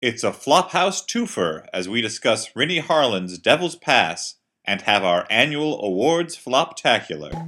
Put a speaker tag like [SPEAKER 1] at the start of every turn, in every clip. [SPEAKER 1] It's a Flophouse twofer as we discuss Rennie Harlan's Devil's Pass and have our annual awards floptacular.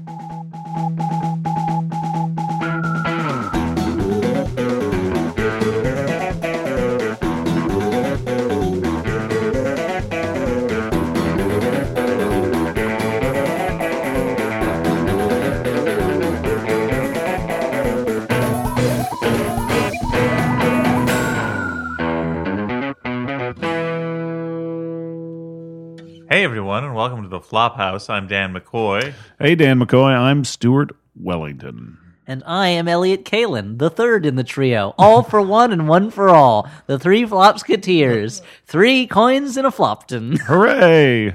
[SPEAKER 1] Hey everyone, and welcome to the Flophouse. I'm Dan McCoy.
[SPEAKER 2] Hey, Dan McCoy. I'm Stuart Wellington.
[SPEAKER 3] And I am Elliot Kalin, the third in the trio. All for one and one for all. The three flopsketeers. Three coins in a flopton.
[SPEAKER 2] Hooray!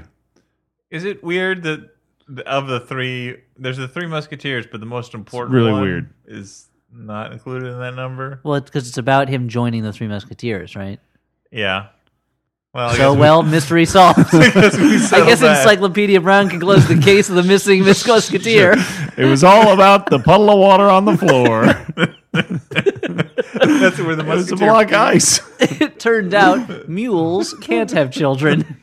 [SPEAKER 1] Is it weird that th- of the three, there's the three Musketeers, but the most important
[SPEAKER 2] really
[SPEAKER 1] one
[SPEAKER 2] weird.
[SPEAKER 1] is not included in that number?
[SPEAKER 3] Well, because it's about him joining the Three Musketeers, right?
[SPEAKER 1] Yeah. Well, I
[SPEAKER 3] So,
[SPEAKER 1] guess we-
[SPEAKER 3] well, mystery solved.
[SPEAKER 1] I guess, we
[SPEAKER 3] I
[SPEAKER 1] settled
[SPEAKER 3] guess
[SPEAKER 1] that.
[SPEAKER 3] Encyclopedia Brown can close the case of the missing Miss Musketeer.
[SPEAKER 2] It was all about the puddle of water on the floor. it
[SPEAKER 1] that's where the
[SPEAKER 2] was a
[SPEAKER 1] Musketeer.
[SPEAKER 2] block ice.
[SPEAKER 3] It turned out mules can't have children.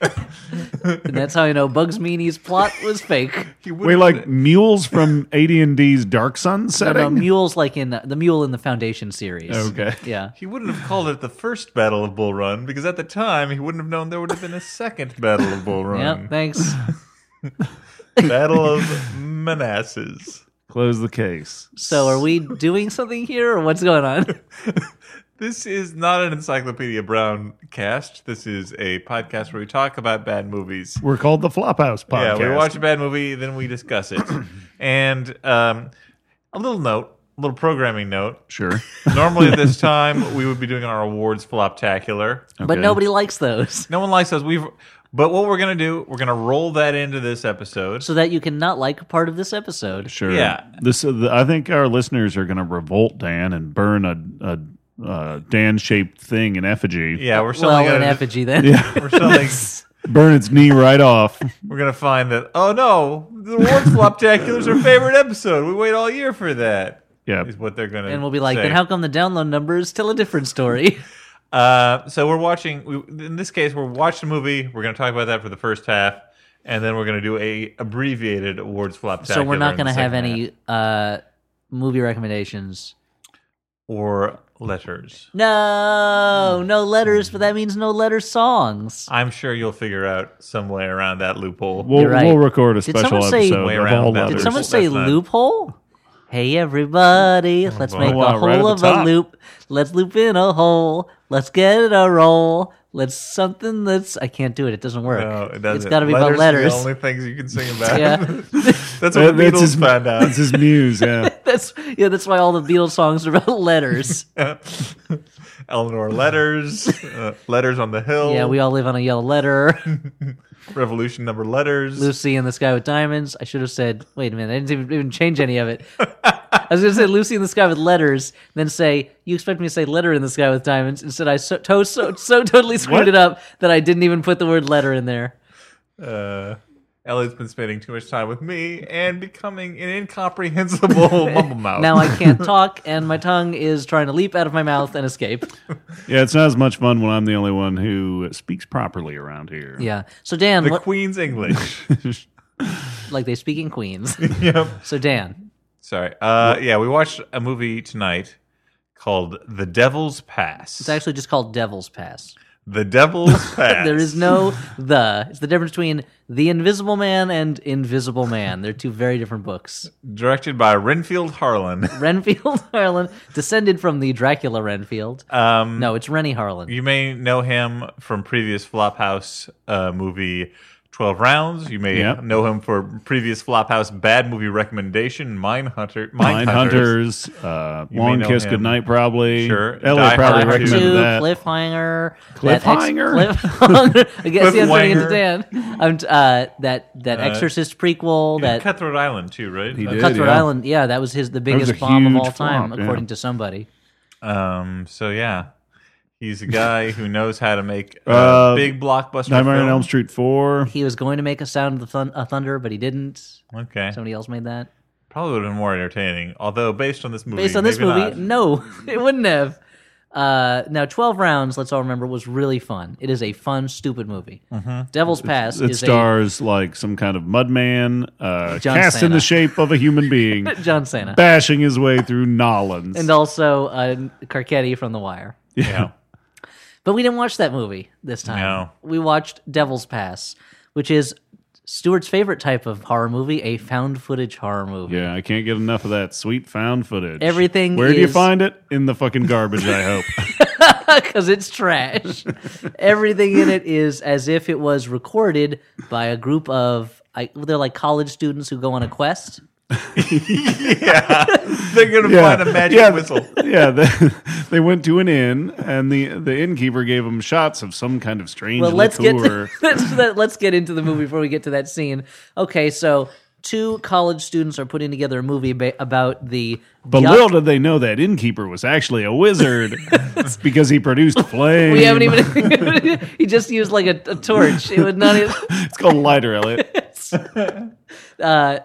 [SPEAKER 3] and that's how I know Bugs Meanie's plot was fake.
[SPEAKER 1] He
[SPEAKER 2] We
[SPEAKER 1] wouldn't-
[SPEAKER 2] like mules from AD&D's Dark Sun
[SPEAKER 3] No, no,
[SPEAKER 2] setting.
[SPEAKER 3] mules like in the, the mule in the Foundation series.
[SPEAKER 2] Okay.
[SPEAKER 3] Yeah.
[SPEAKER 1] He wouldn't have called it the first Battle of Bull Run because at the time he wouldn't have known there would have been a second Battle of Bull
[SPEAKER 3] Yep.
[SPEAKER 1] Run.
[SPEAKER 3] Thanks.
[SPEAKER 1] Battle of Manassas.
[SPEAKER 2] Close the case.
[SPEAKER 3] So are we doing something here or what's going on?
[SPEAKER 1] This is not an Encyclopedia Brown cast. This is a podcast where we talk about bad movies.
[SPEAKER 2] We're called the Flophouse Podcast.
[SPEAKER 1] Yeah, we watch a bad movie, then we discuss it. and um, a little note, a little programming note.
[SPEAKER 2] Sure.
[SPEAKER 1] Normally at this time, we would be doing our awards floptacular.
[SPEAKER 3] But nobody likes those.
[SPEAKER 1] No one likes us. We've, but what we're gonna do, we're gonna roll that into this episode.
[SPEAKER 3] So that you cannot like part of this episode.
[SPEAKER 2] Sure.
[SPEAKER 1] Yeah.
[SPEAKER 2] This. uh, the- I think our listeners are going to revolt, Dan, and burn a, a uh, Dan-shaped thing in effigy.
[SPEAKER 1] yeah, we're
[SPEAKER 3] Well,
[SPEAKER 1] selling
[SPEAKER 3] in
[SPEAKER 1] it.
[SPEAKER 3] effigy then.
[SPEAKER 1] We're selling.
[SPEAKER 2] Burn its knee right off.
[SPEAKER 1] we're gonna find that. Oh no, the awards floptacular is our favorite episode. We wait all year for that.
[SPEAKER 2] Yeah.
[SPEAKER 1] Is what they're gonna.
[SPEAKER 3] And we'll be like,
[SPEAKER 1] say.
[SPEAKER 3] then how come the download numbers tell a different story?
[SPEAKER 1] Uh, so we're watching. We, in this case, we're watching a movie. We're going to talk about that for the first half, and then we're going to do a abbreviated awards flop.
[SPEAKER 3] so we're not
[SPEAKER 1] going to
[SPEAKER 3] have any uh, movie recommendations.
[SPEAKER 1] or letters.
[SPEAKER 3] No, no letters, but that means no letter songs.
[SPEAKER 1] I'm sure you'll figure out some way around that loophole.
[SPEAKER 2] We'll,
[SPEAKER 3] You're right.
[SPEAKER 2] we'll record a
[SPEAKER 3] Did
[SPEAKER 2] special
[SPEAKER 3] someone say-
[SPEAKER 2] episode
[SPEAKER 1] Way
[SPEAKER 2] of
[SPEAKER 1] around
[SPEAKER 2] all
[SPEAKER 1] that.
[SPEAKER 2] others.
[SPEAKER 3] Did someone
[SPEAKER 1] That's
[SPEAKER 3] say
[SPEAKER 1] not-
[SPEAKER 3] loophole? Hey everybody, let's make
[SPEAKER 2] Wow,
[SPEAKER 3] a
[SPEAKER 2] right at the
[SPEAKER 3] hole of a
[SPEAKER 2] top.
[SPEAKER 3] loop. Let's loop in a hole. Let's get it a roll. Let's something that's I can't do it. It doesn't work.
[SPEAKER 1] No, Uh, it doesn't.
[SPEAKER 3] It's got to be
[SPEAKER 1] letters
[SPEAKER 3] about letters.
[SPEAKER 1] Are the only things you can sing about.
[SPEAKER 3] Yeah.
[SPEAKER 1] that's what the Beatles found
[SPEAKER 2] That's his muse. Yeah,
[SPEAKER 3] that's yeah. That's why all the Beatles songs are about letters.
[SPEAKER 1] out. Eleanor letters, uh, letters on the hill.
[SPEAKER 3] yeah, we all live on a yellow letter.
[SPEAKER 1] revolution number letters.
[SPEAKER 3] Lucy in the Sky with Diamonds. I should have said. Wait a minute. I didn't even, even change any of it. I was going to say Lucy in the Sky with letters, then say you expect me to say letter in the sky with diamonds. Instead, I so to- so, so totally screwed
[SPEAKER 2] What?
[SPEAKER 3] it up that I didn't even put the word letter in there.
[SPEAKER 1] uh, Elliot's been spending too much time with me and becoming an incomprehensible mumble mouth.
[SPEAKER 3] Now I can't talk, and my tongue is trying to leap out of my mouth and escape.
[SPEAKER 2] yeah. It's not as much fun when I'm the only one who speaks properly around here.
[SPEAKER 3] Yeah. So Dan,
[SPEAKER 1] the
[SPEAKER 3] what,
[SPEAKER 1] Queen's English.
[SPEAKER 3] like they speak in Queens.
[SPEAKER 1] yep.
[SPEAKER 3] so Dan,
[SPEAKER 1] Sorry. Uh, yeah, we watched a movie tonight called The Devil's Pass.
[SPEAKER 3] it's actually just called Devil's Pass.
[SPEAKER 1] the Devil's Pass.
[SPEAKER 3] There is no the. It's the difference between The Invisible Man and Invisible Man. They're two very different books.
[SPEAKER 1] directed by Renfield Harlan.
[SPEAKER 3] Renfield Harlan, descended from the Dracula Renfield.
[SPEAKER 1] Um,
[SPEAKER 3] no, it's Rennie Harlan.
[SPEAKER 1] You may know him from previous Flophouse uh, movie. 12 rounds. You may
[SPEAKER 2] Yep.
[SPEAKER 1] know him for previous Flophouse bad movie recommendation, Mindhunter.
[SPEAKER 2] Mind
[SPEAKER 1] Hunters.
[SPEAKER 2] Hunters, uh,
[SPEAKER 1] may
[SPEAKER 2] Long
[SPEAKER 1] know
[SPEAKER 2] Kiss
[SPEAKER 1] him.
[SPEAKER 2] Goodnight, probably.
[SPEAKER 1] Sure.
[SPEAKER 2] Elliot
[SPEAKER 1] Die
[SPEAKER 2] probably
[SPEAKER 1] Hard
[SPEAKER 3] Cliffhanger,
[SPEAKER 2] recommended that.
[SPEAKER 3] Cliffhanger,
[SPEAKER 2] Cliffhanger?
[SPEAKER 3] That ex- cliffhanger. I guess the answer
[SPEAKER 1] Cliffwanger.
[SPEAKER 3] to Dan. Um, t- uh, that that Exorcist prequel, that
[SPEAKER 1] Cutthroat Island too, right?
[SPEAKER 2] He
[SPEAKER 1] Uh,
[SPEAKER 2] did.
[SPEAKER 3] Cutthroat
[SPEAKER 2] yeah.
[SPEAKER 3] Island. Yeah, that was his the
[SPEAKER 2] was a
[SPEAKER 3] biggest bomb of
[SPEAKER 2] huge
[SPEAKER 3] all time,
[SPEAKER 2] flop, yeah.
[SPEAKER 3] according to somebody.
[SPEAKER 1] Um. So yeah, he's a guy who knows how to make a
[SPEAKER 2] Uh,
[SPEAKER 1] big blockbuster.
[SPEAKER 2] Nightmare on
[SPEAKER 1] film.
[SPEAKER 2] Elm Street 4.
[SPEAKER 3] He was going to make a sound of the thun- a thunder, but he didn't.
[SPEAKER 1] Okay,
[SPEAKER 3] Somebody else made that.
[SPEAKER 1] probably would have been more entertaining. Although based on this movie,
[SPEAKER 3] Based on this
[SPEAKER 1] maybe
[SPEAKER 3] movie,
[SPEAKER 1] not.
[SPEAKER 3] no, it wouldn't have. Uh, now, 12 Rounds, let's all remember, was really fun. It is a fun, stupid movie. Devil's Pass
[SPEAKER 2] Mm-hmm. It
[SPEAKER 3] is
[SPEAKER 2] stars like some kind of mudman uh,
[SPEAKER 3] John
[SPEAKER 2] cast in
[SPEAKER 3] Cena.
[SPEAKER 2] the shape of a human being,
[SPEAKER 3] a John Santa.
[SPEAKER 2] bashing his way through Nolans.
[SPEAKER 3] And also uh, Carcetti from The Wire.
[SPEAKER 2] yeah.
[SPEAKER 3] But we didn't watch that movie this time.
[SPEAKER 1] No.
[SPEAKER 3] We watched Devil's Pass, which is Stewart's favorite type of horror movie, a found footage horror movie.
[SPEAKER 2] Yeah, I can't get enough of that sweet found footage.
[SPEAKER 3] Everything
[SPEAKER 2] Where do you
[SPEAKER 3] is-
[SPEAKER 2] find it? In the fucking garbage, I hope.
[SPEAKER 3] because it's trash. Everything in it is as if it was recorded by a group of I, they're like college students who go on a quest.
[SPEAKER 1] They're gonna
[SPEAKER 2] Yeah.
[SPEAKER 1] find a magic
[SPEAKER 2] Yeah.
[SPEAKER 1] whistle.
[SPEAKER 2] yeah, they, they went to an inn, and the, the innkeeper gave them shots of some kind of strange
[SPEAKER 3] Well, let's get
[SPEAKER 2] liqueur.
[SPEAKER 3] let's, let's get into the movie before we get to that scene. Okay, so two college students are putting together a movie ba- about the
[SPEAKER 2] But little did they know that innkeeper was actually a wizard because he produced flame.
[SPEAKER 3] we haven't even he just used like a, a torch. It would not. Even,
[SPEAKER 2] It's called a lighter, Elliot.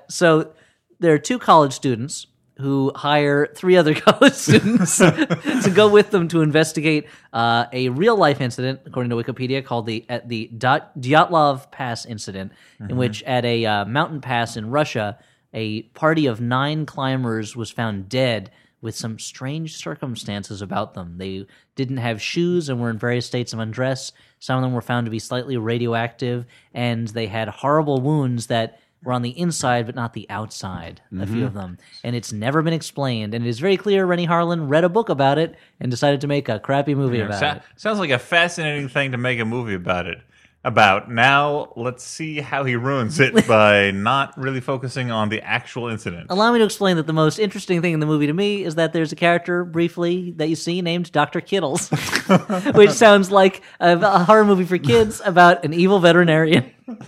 [SPEAKER 3] so there are two college students who hire three other college students to go with them to investigate uh, a real life incident, according to Wikipedia, called the at the Dot- Dyatlov Pass incident, in which at a uh, mountain pass in Russia, a party of nine climbers was found dead with some strange circumstances about them. They didn't have shoes and were in various states of undress. Some of them were found to be slightly radioactive, and they had horrible wounds that were on the inside but not the outside. A few of them, and it's never been explained. And it is very clear Rennie Harlan read a book about it and decided to make a crappy movie about
[SPEAKER 1] So-
[SPEAKER 3] it.
[SPEAKER 1] sounds like a fascinating thing to make a movie about it. About now, let's see how he ruins it by not really focusing on the actual incident.
[SPEAKER 3] Allow me to explain that the most interesting thing in the movie to me is that there's a character briefly that you see named Dr. Kittles, which sounds like a, a horror movie for kids about an evil veterinarian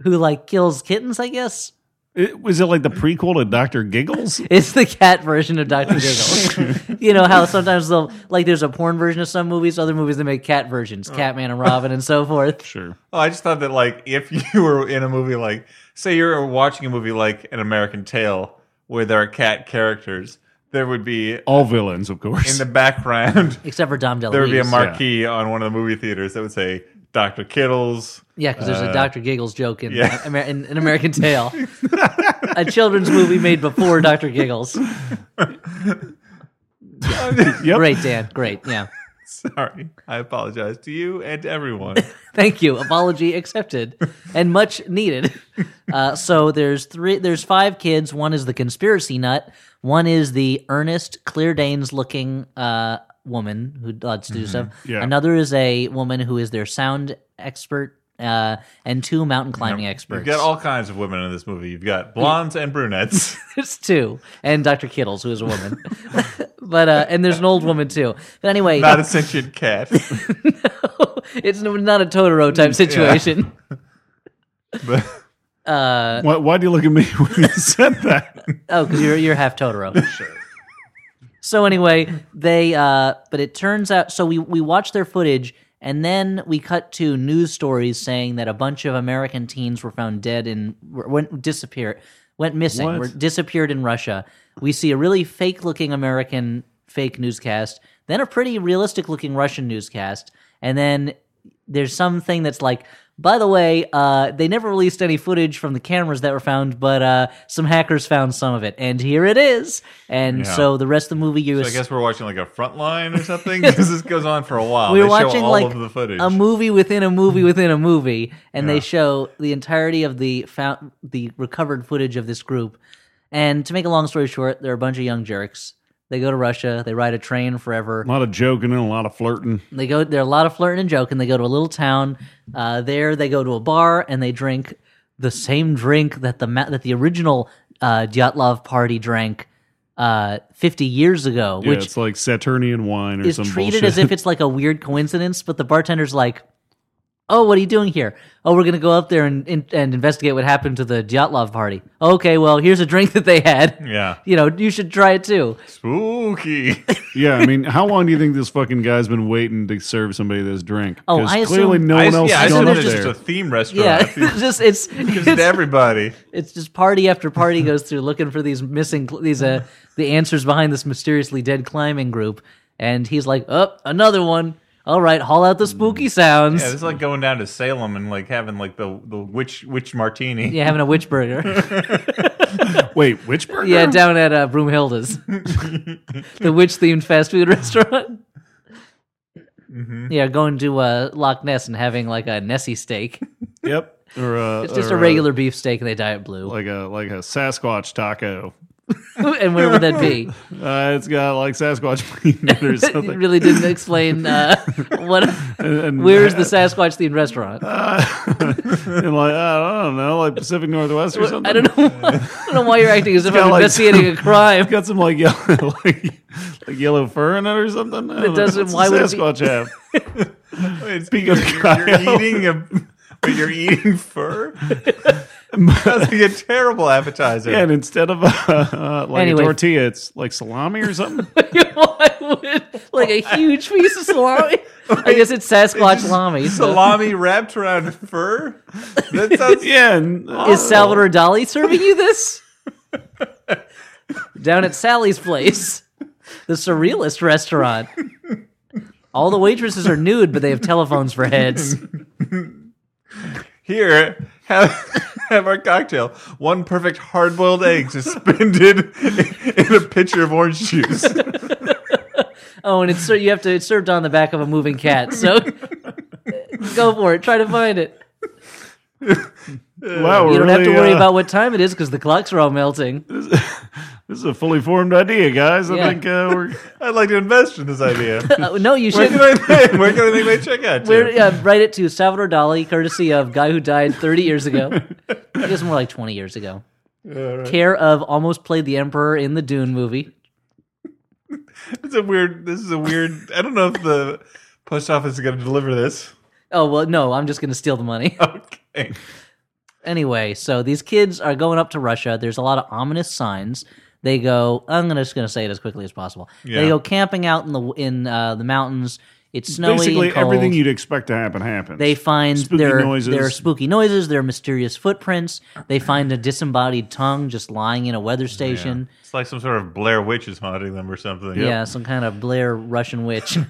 [SPEAKER 3] who like kills kittens, I guess.
[SPEAKER 2] It, was it like the prequel to Doctor Giggles?
[SPEAKER 3] It's the cat version of Dr. Giggles. you know how sometimes they'll like there's a porn version of some movies, other movies they make cat versions, Catman and Robin and so forth.
[SPEAKER 2] Sure.
[SPEAKER 1] Oh, I just thought that like if you were in a movie like say you're watching a movie like An American Tale where there are cat characters, there would be in
[SPEAKER 2] All villains, of course.
[SPEAKER 1] the background
[SPEAKER 3] Except for Dom DeLuise.
[SPEAKER 1] there would be a marquee on one of the movie theaters that would say Dr. Kittles.
[SPEAKER 3] Yeah, because there's a Dr. Giggles joke in,
[SPEAKER 1] Uh, yeah.
[SPEAKER 3] Amer- in, in American Tale, a children's movie made before Dr. Giggles.
[SPEAKER 2] yep.
[SPEAKER 3] Great, Dan. Great. Yeah.
[SPEAKER 1] Sorry. I apologize to you and to everyone.
[SPEAKER 3] Thank you. Apology accepted and much needed. Uh, so there's three. There's five kids. One is the conspiracy nut. One is the earnest, Clear Danes looking uh, woman who loves to
[SPEAKER 1] Mm-hmm.
[SPEAKER 3] do stuff.
[SPEAKER 2] Yeah.
[SPEAKER 3] Another is a woman who is their sound expert, uh, and two mountain climbing
[SPEAKER 1] You've
[SPEAKER 3] experts.
[SPEAKER 1] got all kinds of women in this movie. You've got blondes and brunettes.
[SPEAKER 3] there's two, and Dr. Kittles, who is a woman. but uh, and there's an old woman too. But anyway,
[SPEAKER 1] Not a sentient cat.
[SPEAKER 3] it's not a Totoro type situation.
[SPEAKER 1] But
[SPEAKER 2] Why, why do you look at me when you said that?
[SPEAKER 3] Oh, because you're you're half Totoro. sure. So anyway, they uh but it turns out so we we watch their footage and then we cut to news stories saying that a bunch of American teens were found dead and were- went disappeared went missing
[SPEAKER 2] What?
[SPEAKER 3] were disappeared in Russia. We see a really fake looking American fake newscast, then a pretty realistic looking Russian newscast, and then there's something that's like by the way uh, they never released any footage from the cameras that were found but uh, some hackers found some of it and here it is and
[SPEAKER 1] Yeah.
[SPEAKER 3] so the rest of the movie you
[SPEAKER 1] I guess we're watching like a front line or something because this goes on for a while.
[SPEAKER 3] we
[SPEAKER 1] they
[SPEAKER 3] were watching
[SPEAKER 1] show all
[SPEAKER 3] like
[SPEAKER 1] of the footage. Mm-hmm.
[SPEAKER 3] a movie within a movie within a movie and they show the entirety of the found, the recovered footage of this group and to make a long story short they're a bunch of young jerks they go to russia they ride a train forever
[SPEAKER 2] A lot of joking and a lot of flirting.
[SPEAKER 3] They go. There are a lot of flirting and joking. They go to a little town. Uh, there, they go to a bar and they drink the same drink that the ma- that the original uh, Dyatlov party drank uh, fifty years ago,
[SPEAKER 2] Yeah,
[SPEAKER 3] which
[SPEAKER 2] it's like Saturnian wine or
[SPEAKER 3] is
[SPEAKER 2] some
[SPEAKER 3] treated
[SPEAKER 2] bullshit.
[SPEAKER 3] as if it's like a weird coincidence. But the bartender's like, "Oh, what are you doing here? Oh, we're gonna go up there and and, and investigate what happened to the Dyatlov party. Okay, well, here's a drink that they had.
[SPEAKER 1] yeah.
[SPEAKER 3] You know, you should try it too.
[SPEAKER 1] Spooky.
[SPEAKER 2] yeah, I mean, how long do you think this fucking guy's been waiting to serve somebody this drink?
[SPEAKER 3] Oh,
[SPEAKER 2] 'Cause
[SPEAKER 3] I assume-
[SPEAKER 2] clearly no
[SPEAKER 1] I,
[SPEAKER 2] one else
[SPEAKER 1] yeah, I
[SPEAKER 2] has
[SPEAKER 1] assume
[SPEAKER 2] gone up
[SPEAKER 1] there's just
[SPEAKER 2] there.
[SPEAKER 1] a theme restaurant.
[SPEAKER 3] Yeah, it's just it's
[SPEAKER 1] Gives it to everybody.
[SPEAKER 3] it's just party after party goes through looking for these missing cl- these uh the answers behind this mysteriously dead climbing group and he's like, "Up, another one. All right, haul out the
[SPEAKER 2] Mm.
[SPEAKER 3] spooky sounds."
[SPEAKER 1] Yeah, it's like going down to Salem and like having like the the witch witch martini.
[SPEAKER 3] yeah, having a witch burger.
[SPEAKER 2] Wait, which burger?
[SPEAKER 3] Yeah, down at uh, Broomhilda's, the witch-themed fast food restaurant.
[SPEAKER 2] Mm-hmm.
[SPEAKER 3] Yeah, going to uh, Loch Ness and having like a Nessie steak.
[SPEAKER 2] Yep. Or uh,
[SPEAKER 3] It's just
[SPEAKER 2] or,
[SPEAKER 3] a
[SPEAKER 2] uh,
[SPEAKER 3] regular beef steak, and they dye it blue.
[SPEAKER 2] like a like a Sasquatch taco.
[SPEAKER 3] and where would that be?
[SPEAKER 2] Uh, it's got like Sasquatch peanut or
[SPEAKER 3] it
[SPEAKER 2] something.
[SPEAKER 3] really didn't explain uh, what.
[SPEAKER 2] And- and-
[SPEAKER 3] Where's the Sasquatch themed restaurant?
[SPEAKER 2] and like I don't know, like Pacific Northwest or something.
[SPEAKER 3] I don't know. I don't know why you're acting as if
[SPEAKER 2] got,
[SPEAKER 3] I'm
[SPEAKER 2] like,
[SPEAKER 3] investigating a crime.
[SPEAKER 2] It's got some like yellow, like, like yellow fur in it or something. I don't know.
[SPEAKER 3] doesn't-
[SPEAKER 2] What's
[SPEAKER 3] why
[SPEAKER 2] a
[SPEAKER 3] would it be-
[SPEAKER 2] Sasquatch have?
[SPEAKER 1] It's-
[SPEAKER 2] Speaking of
[SPEAKER 1] you're, you're
[SPEAKER 2] Kyle.
[SPEAKER 1] eating a, but you're eating fur. That's like a terrible appetizer.
[SPEAKER 2] Yeah, and instead of uh, like
[SPEAKER 3] Anyway.
[SPEAKER 2] a tortilla, it's like salami or something.
[SPEAKER 3] why would like a huge piece of salami? I guess it's Sasquatch salami. so-
[SPEAKER 1] salami wrapped around fur. That sounds.
[SPEAKER 2] yeah, and uh,
[SPEAKER 3] Is Salvador Dali serving you this? Down at Sally's place, the surrealist restaurant. All the waitresses are nude, but they have telephones for heads.
[SPEAKER 1] Here, have have our cocktail. One perfect hard-boiled egg suspended in a pitcher of orange juice.
[SPEAKER 3] Oh, and it's ser- you have to it's served on the back of a moving cat. So go for it. Try to find it.
[SPEAKER 2] wow, we're
[SPEAKER 3] You don't have to
[SPEAKER 2] really,
[SPEAKER 3] worry
[SPEAKER 2] uh,
[SPEAKER 3] about what time it is because the clocks are all melting.
[SPEAKER 2] This is a fully formed idea, guys. I
[SPEAKER 3] Yeah.
[SPEAKER 2] think uh, we're
[SPEAKER 1] I'd like to invest in this idea.
[SPEAKER 3] Uh, no, you
[SPEAKER 1] Where
[SPEAKER 3] should.
[SPEAKER 1] can I make, where can I make my check out? to?
[SPEAKER 3] Where, yeah, write it to Salvador Dali, courtesy of guy who died 30 years ago. I guess more like 20 years ago. Care of almost played the emperor in the Dune movie.
[SPEAKER 1] It's a weird. This is a weird. I don't know if the post office is going to deliver this.
[SPEAKER 3] Oh well, no, I'm just gonna steal the money.
[SPEAKER 1] Okay.
[SPEAKER 3] anyway, so these kids are going up to Russia. There's a lot of ominous signs. They go. I'm gonna just gonna say it as quickly as possible. They
[SPEAKER 1] Yeah.
[SPEAKER 3] go camping out in the in uh, the mountains. It's snowy
[SPEAKER 2] basically
[SPEAKER 3] and cold.
[SPEAKER 2] everything you'd expect to happen happens.
[SPEAKER 3] They find
[SPEAKER 2] Spooky
[SPEAKER 3] their
[SPEAKER 2] noises.
[SPEAKER 3] their spooky noises, their mysterious footprints. They find a disembodied tongue just lying in a weather station.
[SPEAKER 1] It's like some sort of Blair Witch is haunting them or something.
[SPEAKER 3] Yeah, some kind of Blair Russian witch.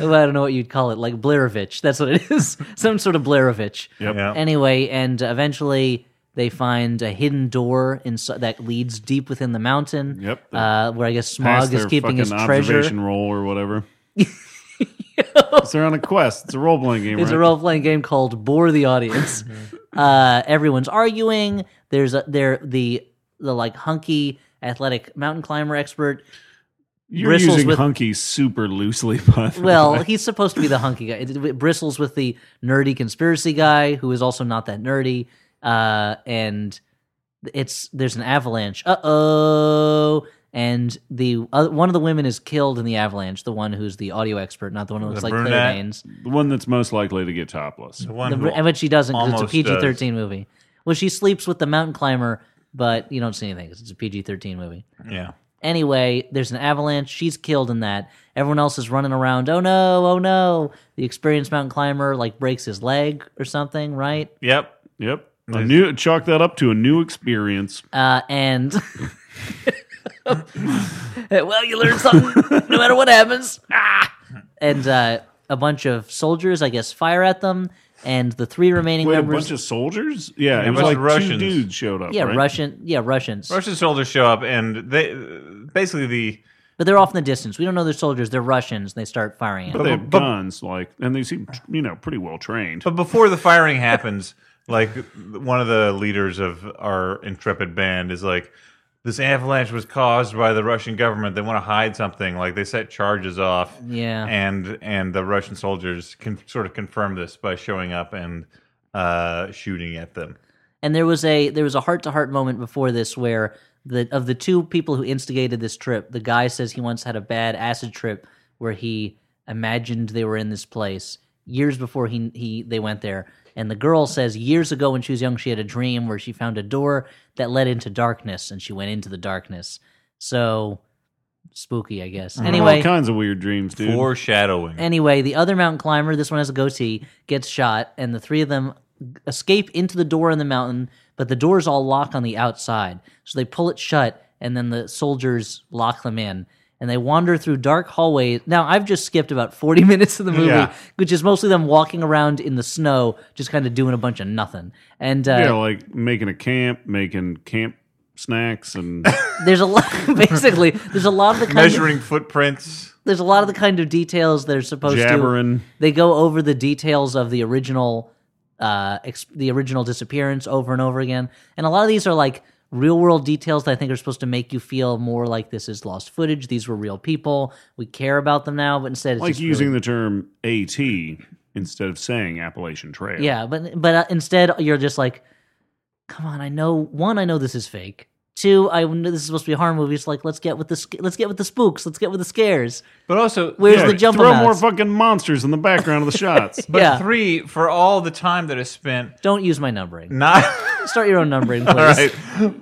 [SPEAKER 3] Well, I don't know what you'd call it, like Blairovich. That's what it is. some sort of Blairovich.
[SPEAKER 2] Yep.
[SPEAKER 1] Yeah.
[SPEAKER 3] Anyway, and eventually they find a hidden door in, that leads deep within the mountain.
[SPEAKER 2] Yep.
[SPEAKER 3] Uh, where I guess
[SPEAKER 2] Pass
[SPEAKER 3] Smog is
[SPEAKER 2] their
[SPEAKER 3] keeping his
[SPEAKER 2] fucking
[SPEAKER 3] treasure.
[SPEAKER 2] observation roll or whatever. so they're on a quest. It's a role playing game.
[SPEAKER 3] It's
[SPEAKER 2] right?
[SPEAKER 3] a role playing game called Bore the Audience. uh, everyone's arguing. There's a there the the like hunky athletic mountain climber expert.
[SPEAKER 2] You're
[SPEAKER 3] bristles
[SPEAKER 2] using
[SPEAKER 3] with-
[SPEAKER 2] hunky super loosely, by the way.
[SPEAKER 3] Well, he's supposed to be the hunky guy. It, it bristles with the nerdy conspiracy guy who is also not that nerdy. Uh, and it's there's an avalanche. Uh oh. And the uh, one of the women is killed in the avalanche. The one who's the audio expert, not the one who looks like Claire
[SPEAKER 1] brunette?
[SPEAKER 3] Danes.
[SPEAKER 2] the one that's most likely to get topless.
[SPEAKER 1] The one
[SPEAKER 3] The,
[SPEAKER 1] who-
[SPEAKER 3] br- but she doesn't 'cause it's a
[SPEAKER 1] almost
[SPEAKER 3] PG thirteen movie. Well, she sleeps with the mountain climber, but you don't see anything 'cause it's a PG thirteen movie.
[SPEAKER 1] yeah.
[SPEAKER 3] Anyway, there's an avalanche. She's killed in that. Everyone else is running around. Oh no! Oh no! The experienced mountain climber like breaks his leg or something, right?
[SPEAKER 1] Yep.
[SPEAKER 2] Yep. A new chalk that up to a new experience.
[SPEAKER 3] Uh, and well, you learn something no matter what happens. Ah! And uh, a bunch of soldiers, I guess, fire at them, and the three remaining
[SPEAKER 2] Wait, a
[SPEAKER 3] members.
[SPEAKER 2] bunch of soldiers? Yeah, it was
[SPEAKER 1] bunch
[SPEAKER 2] like
[SPEAKER 1] of
[SPEAKER 2] two
[SPEAKER 1] Russians.
[SPEAKER 2] dudes showed up.
[SPEAKER 3] yeah,
[SPEAKER 2] right?
[SPEAKER 3] Russian. Yeah, Russians.
[SPEAKER 1] Russian soldiers show up and they basically the
[SPEAKER 3] But they're off in the distance. We don't know they're soldiers. They're Russians. And they start firing at
[SPEAKER 2] But
[SPEAKER 3] them.
[SPEAKER 2] they have
[SPEAKER 1] But-
[SPEAKER 2] guns, like, and they seem, you know, pretty well trained.
[SPEAKER 1] but before the firing happens, like one of the leaders of our intrepid band is like. This avalanche was caused by the Russian government. They want to hide something. Like they set charges off.
[SPEAKER 3] Yeah.
[SPEAKER 1] And and the Russian soldiers can sort of confirm this by showing up and uh, shooting at them.
[SPEAKER 3] And there was a there was a heart to heart moment before this where the of the two people who instigated this trip, the guy says he once had a bad acid trip where he imagined they were in this place years before he he they went there. And the girl says years ago when she was young she had a dream where she found a door that led into darkness and she went into the darkness. So spooky, I guess.
[SPEAKER 2] Mm-hmm.
[SPEAKER 3] Anyway,
[SPEAKER 2] all kinds of weird dreams, dude.
[SPEAKER 1] Foreshadowing.
[SPEAKER 3] Anyway, the other mountain climber, this one has a goatee, gets shot, and the three of them escape into the door in the mountain, but the door's all locked on the outside. So they pull it shut, and then the soldiers lock them in. and they wander through dark hallways. Now, I've just skipped about 40 minutes of the movie,
[SPEAKER 1] Yeah.
[SPEAKER 3] which is mostly them walking around in the snow, just kind of doing a bunch of nothing. And uh,
[SPEAKER 2] Yeah, like making a camp, making camp snacks, and
[SPEAKER 3] there's a lot, basically, there's a lot of the kind of,
[SPEAKER 1] measuring footprints.
[SPEAKER 3] there's a lot of the kind of details that are supposed to.
[SPEAKER 2] jabbering.
[SPEAKER 3] They go over the details of the original, uh, ex- the original disappearance over and over again, and a lot of these are like real world details that I think are supposed to make you feel more like this is lost footage. These were real people. We care about them now, but instead it's
[SPEAKER 2] like
[SPEAKER 3] just really-
[SPEAKER 2] using the term AT instead of saying Appalachian Trail.
[SPEAKER 3] Yeah, but but uh, instead you're just like, come on! I know one. I know this is fake. Two. I know this is supposed to be a horror movie. It's like let's get with the sc- let's get with the spooks. Let's get with the scares.
[SPEAKER 1] But also,
[SPEAKER 3] Where's the jump
[SPEAKER 2] Throw more
[SPEAKER 3] outs?
[SPEAKER 2] fucking monsters in the background of the shots.
[SPEAKER 1] But
[SPEAKER 3] yeah.
[SPEAKER 1] three for all the time that is spent
[SPEAKER 3] Don't use my numbering.
[SPEAKER 1] not
[SPEAKER 3] Start your own numbering, please. Oh,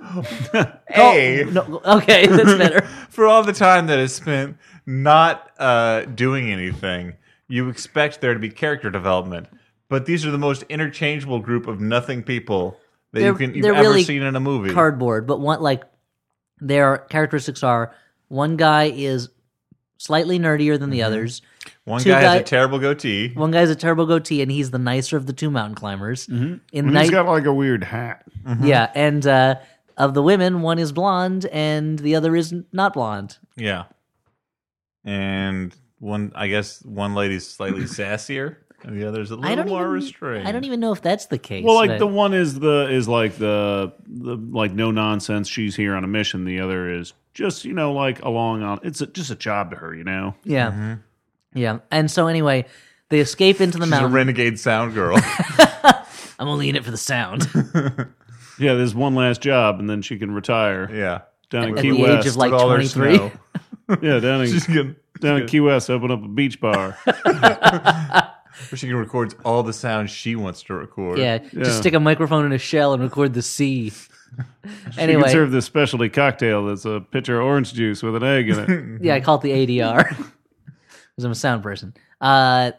[SPEAKER 1] all right. A
[SPEAKER 3] No, okay, that's better.
[SPEAKER 1] for all the time that is spent not uh, doing anything, you expect there to be character development. But these are the most interchangeable group of nothing people that you
[SPEAKER 3] They're-
[SPEAKER 1] can you've
[SPEAKER 3] they're
[SPEAKER 1] ever
[SPEAKER 3] really
[SPEAKER 1] seen in a movie.
[SPEAKER 3] Cardboard, but one like their characteristics are one guy is slightly nerdier than the others.
[SPEAKER 1] One
[SPEAKER 3] two
[SPEAKER 1] guy has
[SPEAKER 3] guy-
[SPEAKER 1] a terrible goatee.
[SPEAKER 3] One guy's a terrible goatee, and he's the nicer of the two mountain climbers. In
[SPEAKER 2] And
[SPEAKER 3] night,
[SPEAKER 2] he's got like a weird hat.
[SPEAKER 3] yeah, and uh, of the women, one is blonde and the other is not blonde.
[SPEAKER 1] Yeah, and one I guess one lady's slightly sassier, and the other's a
[SPEAKER 3] I
[SPEAKER 1] little
[SPEAKER 3] don't
[SPEAKER 1] more
[SPEAKER 3] even,
[SPEAKER 1] restrained.
[SPEAKER 3] I don't even know if that's the case.
[SPEAKER 2] Well, like
[SPEAKER 3] but-
[SPEAKER 2] the one is the is like the the like no nonsense. She's here on a mission. The other is just you know like along on. It's a, just a job to her, you know.
[SPEAKER 3] yeah, yeah. And so anyway, they escape into the
[SPEAKER 1] She's a
[SPEAKER 3] mountain.
[SPEAKER 1] renegade sound girl.
[SPEAKER 3] I'm only in it for the sound.
[SPEAKER 2] Yeah, there's one last job, and then she can retire
[SPEAKER 1] yeah,
[SPEAKER 2] down in
[SPEAKER 3] At
[SPEAKER 2] Key
[SPEAKER 3] the age
[SPEAKER 2] West.
[SPEAKER 3] of like
[SPEAKER 1] With all her
[SPEAKER 3] 23.
[SPEAKER 1] snow.
[SPEAKER 2] yeah, down in
[SPEAKER 1] She's gonna-
[SPEAKER 2] down in Key West, open up a beach bar.
[SPEAKER 1] where she can record all the sounds she wants to record.
[SPEAKER 3] Yeah,
[SPEAKER 2] Yeah.
[SPEAKER 3] just stick a microphone in a shell and record the sea.
[SPEAKER 2] You can
[SPEAKER 3] anyway,
[SPEAKER 2] serve this specialty cocktail that's a pitcher of orange juice with an egg in it.
[SPEAKER 3] yeah, I call it the ADR because I'm a sound person. Uh,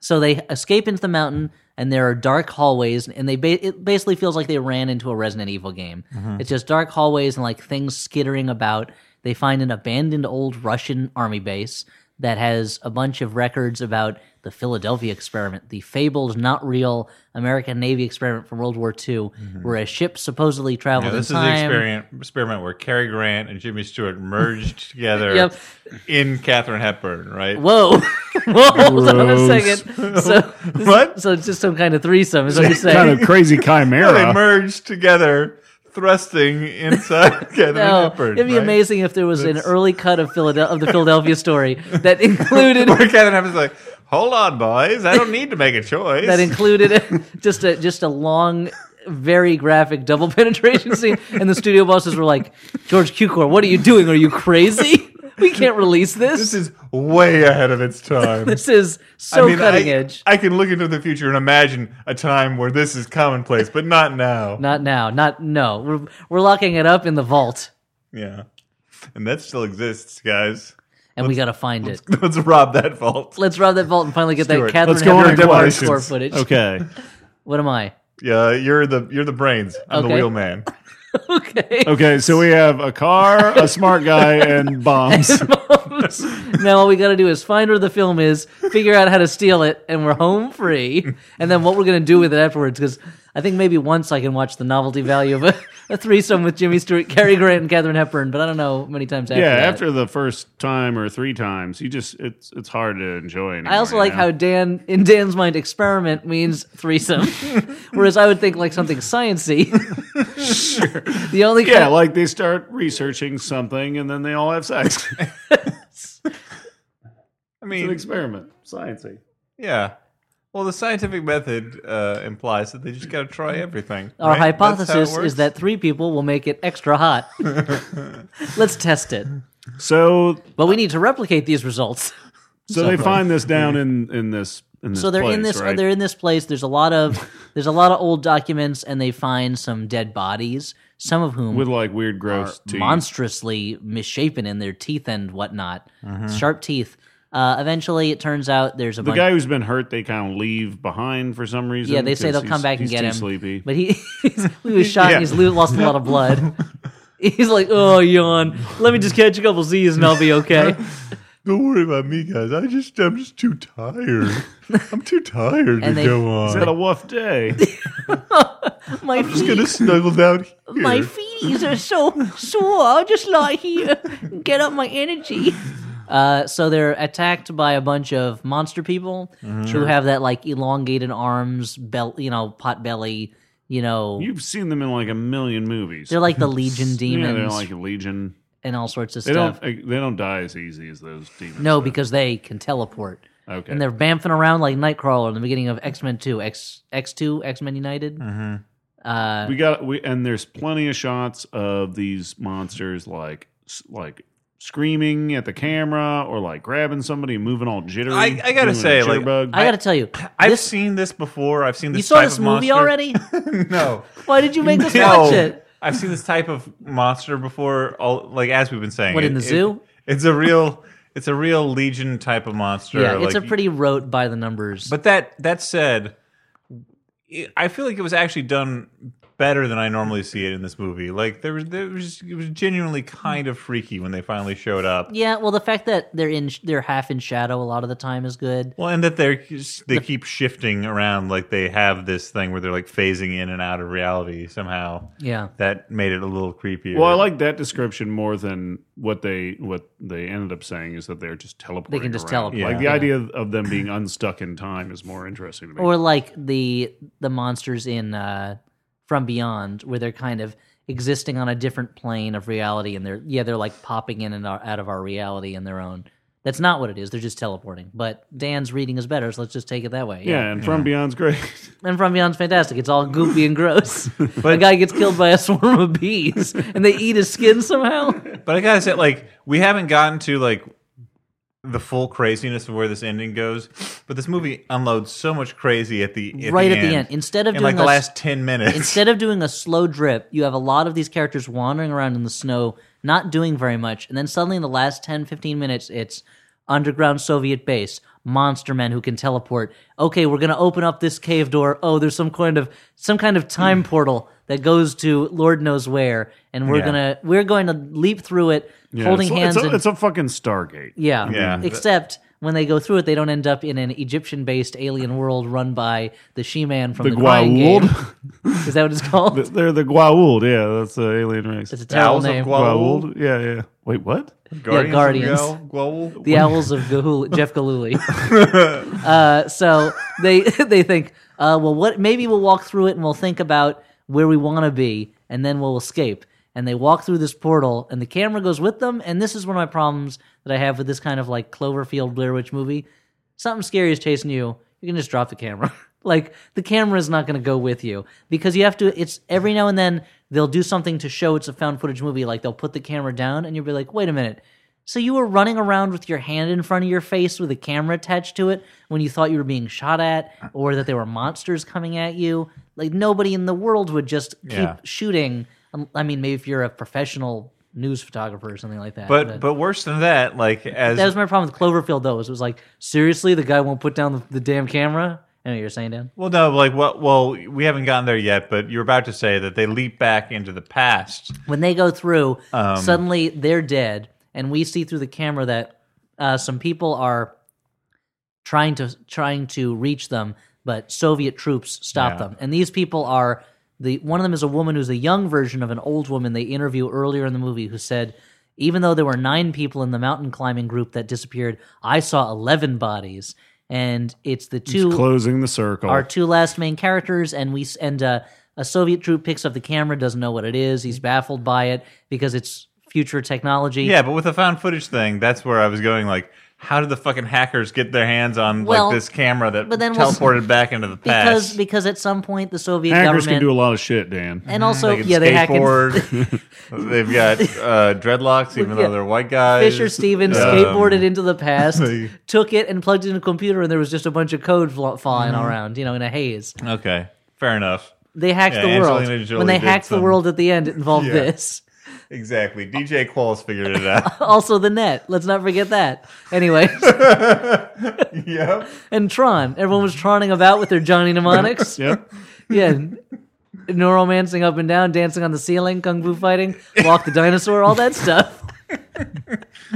[SPEAKER 3] so they escape into the mountain, and there are dark hallways, and they ba- it basically feels like they ran into a Resident Evil game. It's just dark hallways and like things skittering about. They find an abandoned old Russian army base that has a bunch of records about the Philadelphia experiment, the fabled, not real American Navy experiment from World War II, where a ship supposedly traveled
[SPEAKER 1] Now, this
[SPEAKER 3] in
[SPEAKER 1] is the
[SPEAKER 3] time.
[SPEAKER 1] experiment, experiment where Cary Grant and Jimmy Stewart merged together
[SPEAKER 3] Yep.
[SPEAKER 1] in Katherine Hepburn, right?
[SPEAKER 3] Whoa. Whoa, hold on a
[SPEAKER 2] Gross.
[SPEAKER 3] second. So this-
[SPEAKER 1] What?
[SPEAKER 3] So it's just some kind of threesome, is what you're saying.
[SPEAKER 2] kind of crazy
[SPEAKER 1] They
[SPEAKER 2] chimera.
[SPEAKER 1] merged together, thrusting inside Katherine
[SPEAKER 3] no,
[SPEAKER 1] Hepburn.
[SPEAKER 3] it'd be
[SPEAKER 1] right?
[SPEAKER 3] amazing if there was an early cut of Philadelphia of the Philadelphia story that included
[SPEAKER 1] Where Katherine Hepburn's like, "Hold on, boys, I don't need to make a choice."
[SPEAKER 3] that included just a just a long, very graphic double penetration scene, and the studio bosses were like, "George Cukor, what are you doing? Are you crazy? We can't release
[SPEAKER 1] this
[SPEAKER 3] this.
[SPEAKER 1] is way ahead of its time.
[SPEAKER 3] This is so cutting
[SPEAKER 1] I,
[SPEAKER 3] edge."
[SPEAKER 1] I can look into the future and imagine a time where this is commonplace, but not now.
[SPEAKER 3] Not now. Not no. We're we're locking it up in the vault,
[SPEAKER 1] Yeah, and that still exists, guys.
[SPEAKER 3] and we gotta find it.
[SPEAKER 1] Let's rob that vault.
[SPEAKER 3] Let's rob that vault and finally get
[SPEAKER 1] Stuart,
[SPEAKER 3] that Catherine
[SPEAKER 2] let's go on
[SPEAKER 3] Hepburn
[SPEAKER 2] to
[SPEAKER 3] corner
[SPEAKER 2] demolitions.
[SPEAKER 3] store footage.
[SPEAKER 2] Okay.
[SPEAKER 3] What am I?
[SPEAKER 1] Yeah, you're the you're the brains. I'm the
[SPEAKER 3] Okay.
[SPEAKER 1] wheel man.
[SPEAKER 3] Okay.
[SPEAKER 2] Okay, so we have a car, a smart guy, and bombs.
[SPEAKER 3] now all we got to do is find where the film is, figure out how to steal it, and we're home free. And then what we're gonna do with it afterwards? Because I think maybe once I can watch the novelty value of a, a threesome with Jimmy Stewart, Cary Grant, and Katherine Hepburn, but I don't know many times after.
[SPEAKER 2] Yeah,
[SPEAKER 3] that.
[SPEAKER 2] after the first time or three times, you just it's it's hard to enjoy. Anymore,
[SPEAKER 3] I also like
[SPEAKER 2] you
[SPEAKER 3] how
[SPEAKER 2] know?
[SPEAKER 3] Dan, in Dan's mind, experiment means threesome, whereas I would think like something sciency. The only
[SPEAKER 2] yeah, like they start researching something and then they all have sex. it's
[SPEAKER 1] I
[SPEAKER 2] an
[SPEAKER 1] mean,
[SPEAKER 2] experiment, sciencey.
[SPEAKER 1] yeah. Well, the scientific method uh, implies that they just got to try everything.
[SPEAKER 3] Mm. Our
[SPEAKER 1] right? That's how it
[SPEAKER 3] hypothesis
[SPEAKER 1] works.
[SPEAKER 3] is that three people will make it extra hot. Let's test it.
[SPEAKER 2] So
[SPEAKER 3] But we need to replicate these results.
[SPEAKER 2] so they find this down in in this in this
[SPEAKER 3] So they're in
[SPEAKER 2] place,
[SPEAKER 3] this uh,
[SPEAKER 2] right?
[SPEAKER 3] they're in this place. There's a lot of there's a lot of old documents and they find some dead bodies, some of whom
[SPEAKER 2] with like weird gross
[SPEAKER 3] are
[SPEAKER 2] teeth.
[SPEAKER 3] monstrously misshapen in their teeth and whatnot. Sharp teeth. Uh, eventually it turns out there's a
[SPEAKER 2] Mm-hmm. the
[SPEAKER 3] bunch
[SPEAKER 2] guy who's been hurt, they kind of leave behind for some reason.
[SPEAKER 3] Yeah, they say
[SPEAKER 2] 'cause
[SPEAKER 3] they'll come
[SPEAKER 2] he's-
[SPEAKER 3] back and
[SPEAKER 2] he's
[SPEAKER 3] get
[SPEAKER 2] too
[SPEAKER 3] him.
[SPEAKER 2] Sleepy.
[SPEAKER 3] But he, he was shot.
[SPEAKER 1] Yeah.
[SPEAKER 3] and He's lo- lost a lot of blood. He's like, oh, yawn. Let me just catch a couple Z's and I'll be okay.
[SPEAKER 1] Don't worry about me, guys. I just I'm just too tired. I'm too tired to
[SPEAKER 3] And they-
[SPEAKER 1] go on.
[SPEAKER 2] Had a woof day.
[SPEAKER 3] My
[SPEAKER 1] just
[SPEAKER 3] feet,
[SPEAKER 1] gonna snuggle down here.
[SPEAKER 3] my feeties are so sore. I'll just lie here, and get up my energy. Uh, so they're attacked by a bunch of monster people who have that like elongated arms, belt, you know, pot belly, you know.
[SPEAKER 2] You've seen them in like a million movies.
[SPEAKER 3] they're like the Legion
[SPEAKER 2] yeah,
[SPEAKER 3] demons
[SPEAKER 2] they're like Legion.
[SPEAKER 3] and all sorts of
[SPEAKER 2] They
[SPEAKER 3] stuff.
[SPEAKER 2] don't. eh, They don't die as easy as those demons.
[SPEAKER 3] No,
[SPEAKER 2] do.
[SPEAKER 3] because they can teleport.
[SPEAKER 2] okay.
[SPEAKER 3] And they're bamfing around like Nightcrawler in the beginning of X Men Two, X X Two, X Men United. Uh,
[SPEAKER 2] we got we and there's plenty of shots of these monsters like s- like screaming at the camera or like grabbing somebody and moving all jittery.
[SPEAKER 1] I- I gotta
[SPEAKER 2] doing a
[SPEAKER 1] say, like,
[SPEAKER 2] jitterbug.
[SPEAKER 3] I got to tell you,
[SPEAKER 1] I've
[SPEAKER 3] this,
[SPEAKER 1] seen this before. I've seen this.
[SPEAKER 3] you saw
[SPEAKER 1] type
[SPEAKER 3] this
[SPEAKER 1] of
[SPEAKER 3] movie
[SPEAKER 1] monster.
[SPEAKER 3] already.
[SPEAKER 1] no,
[SPEAKER 3] Why did you make us
[SPEAKER 1] no.
[SPEAKER 3] watch it?
[SPEAKER 1] I've seen this type of monster before. All like as we've been saying.
[SPEAKER 3] What, in the zoo?
[SPEAKER 1] It's a real. It's a real legion type of monster.
[SPEAKER 3] Yeah, it's
[SPEAKER 1] like,
[SPEAKER 3] a pretty rote by the numbers.
[SPEAKER 1] But that that said, it, I feel like it was actually done better than I normally see it in this movie. Like there was there was it was genuinely kind of freaky when they finally showed up.
[SPEAKER 3] yeah, well, the fact that they're in they're half in shadow a lot of the time is good.
[SPEAKER 1] Well, and that they're they keep shifting around, like they have this thing where they're like phasing in and out of reality somehow.
[SPEAKER 3] Yeah,
[SPEAKER 1] That made it a little creepier.
[SPEAKER 2] well, I like that description more than what they what they ended up saying is that they're just teleporting.
[SPEAKER 3] can just
[SPEAKER 2] around.
[SPEAKER 3] teleport,
[SPEAKER 2] Like the
[SPEAKER 1] yeah.
[SPEAKER 2] idea of them being unstuck in time is more interesting to me.
[SPEAKER 3] or like the the monsters in uh, From Beyond, where they're kind of existing on a different plane of reality, and they're yeah, they're like popping in and out out of our reality in their own. That's not what it is. They're just teleporting. But Dan's reading is better, so let's just take it that way.
[SPEAKER 2] yeah, and From Beyond's great.
[SPEAKER 3] And From Beyond's fantastic. It's all goopy and gross. but a guy gets killed by a swarm of bees, and they eat his skin somehow.
[SPEAKER 1] But I gotta say, like, we haven't gotten to like the full craziness of where this ending goes. But this movie unloads so much crazy at the at
[SPEAKER 3] Right
[SPEAKER 1] the
[SPEAKER 3] at the
[SPEAKER 1] end.
[SPEAKER 3] end. Instead of
[SPEAKER 1] in
[SPEAKER 3] doing
[SPEAKER 1] like the
[SPEAKER 3] a-
[SPEAKER 1] last ten minutes,
[SPEAKER 3] instead of doing a slow drip, you have a lot of these characters wandering around in the snow, not doing very much, and then suddenly in the last 10, 15 minutes, it's underground Soviet base, monster men who can teleport. Okay, we're gonna open up this cave door. Oh, there's some kind of some kind of time
[SPEAKER 2] Hmm.
[SPEAKER 3] portal that goes to Lord knows where, and we're
[SPEAKER 1] Yeah.
[SPEAKER 3] gonna we're going to leap through it,
[SPEAKER 2] Yeah,
[SPEAKER 3] holding
[SPEAKER 2] it's,
[SPEAKER 3] hands.
[SPEAKER 2] It's a,
[SPEAKER 3] and,
[SPEAKER 2] it's a fucking Stargate.
[SPEAKER 3] yeah.
[SPEAKER 1] Yeah.
[SPEAKER 3] Except when they go through it, they don't end up in an Egyptian-based alien world run by the She-Man from the,
[SPEAKER 2] The
[SPEAKER 3] Crying Game.
[SPEAKER 2] Gwauld.
[SPEAKER 3] Is that what it's called?
[SPEAKER 2] They're the Guauld. Yeah, that's the alien race.
[SPEAKER 3] It's a
[SPEAKER 1] The
[SPEAKER 3] terrible
[SPEAKER 1] Owls of
[SPEAKER 3] name.
[SPEAKER 1] Gwa-
[SPEAKER 2] Gwauld?
[SPEAKER 1] Gwauld?
[SPEAKER 2] Yeah, yeah. Wait, what?
[SPEAKER 1] Guardians, of
[SPEAKER 3] Guardians.
[SPEAKER 1] Gal- Guaul?
[SPEAKER 3] the Owls of Gahul- Jeff Galooly. uh, so they they think, uh, well, what? Maybe we'll walk through it and we'll think about where we want to be, and then we'll escape. And they walk through this portal, and the camera goes with them. And this is one of my problems that I have with this kind of like Cloverfield Blair Witch movie. Something scary is chasing you. You can just drop the camera. like the camera is not going to go with you because you have to. It's every now and then they'll do something to show it's a found footage movie. Like they'll put the camera down, and you'll be like, wait a minute. So you were running around with your hand in front of your face with a camera attached to it when you thought you were being shot at or that there were monsters coming at you. Like nobody in the world would just keep
[SPEAKER 1] Yeah.
[SPEAKER 3] shooting. Um, I mean, maybe if you're a professional news photographer or something like that.
[SPEAKER 1] But but worse than that, like as
[SPEAKER 3] that was my problem with Cloverfield though. Is it was like seriously, the guy won't put down the, the damn camera. I know what you're saying, Dan.
[SPEAKER 1] well, no, like well, well, we haven't gotten there yet. But you're about to say that they leap back into the past.
[SPEAKER 3] when they go through, suddenly they're dead, and we see through the camera that uh, some people are trying to trying to reach them, but Soviet troops stop
[SPEAKER 1] Yeah.
[SPEAKER 3] them. And these people are the one of them is a woman who's a young version of an old woman they interview earlier in the movie who said. Even though there were nine people in the mountain climbing group that disappeared, I saw eleven bodies, and it's the two
[SPEAKER 2] Closing the circle.
[SPEAKER 3] our two last main characters, and we and uh, a Soviet troop picks up the camera, doesn't know what it is. He's baffled by it because it's future technology.
[SPEAKER 1] Yeah, but with the found footage thing, that's where I was going. Like, how did the fucking hackers get their hands on
[SPEAKER 3] Well,
[SPEAKER 1] like this camera that
[SPEAKER 3] but then we'll-
[SPEAKER 1] teleported back into the
[SPEAKER 3] because
[SPEAKER 1] past?
[SPEAKER 3] because at some point the Soviet
[SPEAKER 2] Hackers can
[SPEAKER 3] government
[SPEAKER 2] do a lot of shit, Dan.
[SPEAKER 3] and also
[SPEAKER 1] They can
[SPEAKER 3] yeah they hack in
[SPEAKER 1] skateboard. They've got uh, dreadlocks, even
[SPEAKER 3] Yeah.
[SPEAKER 1] though they're white guys.
[SPEAKER 3] Fisher Stevens
[SPEAKER 1] Um,
[SPEAKER 3] skateboarded into the past,
[SPEAKER 1] they-
[SPEAKER 3] took it and plugged it in a computer, and there was just a bunch of code fla- flying
[SPEAKER 1] Mm-hmm.
[SPEAKER 3] around, you know, in a haze.
[SPEAKER 1] Okay, fair enough.
[SPEAKER 3] They hacked
[SPEAKER 1] Yeah,
[SPEAKER 3] the world.
[SPEAKER 1] Angelina Jolie
[SPEAKER 3] when they
[SPEAKER 1] did
[SPEAKER 3] hacked the
[SPEAKER 1] some-
[SPEAKER 3] world at the end, it involved
[SPEAKER 1] Yeah.
[SPEAKER 3] this.
[SPEAKER 1] Exactly. DJ Qualls figured it out.
[SPEAKER 3] Also, the net. Let's not forget that. Anyway,
[SPEAKER 1] yep.
[SPEAKER 3] and Tron. Everyone was Troning about with their Johnny mnemonics.
[SPEAKER 2] Yep.
[SPEAKER 3] Yeah. neuromancing up and down, dancing on the ceiling, kung fu fighting, walk the dinosaur, all that stuff.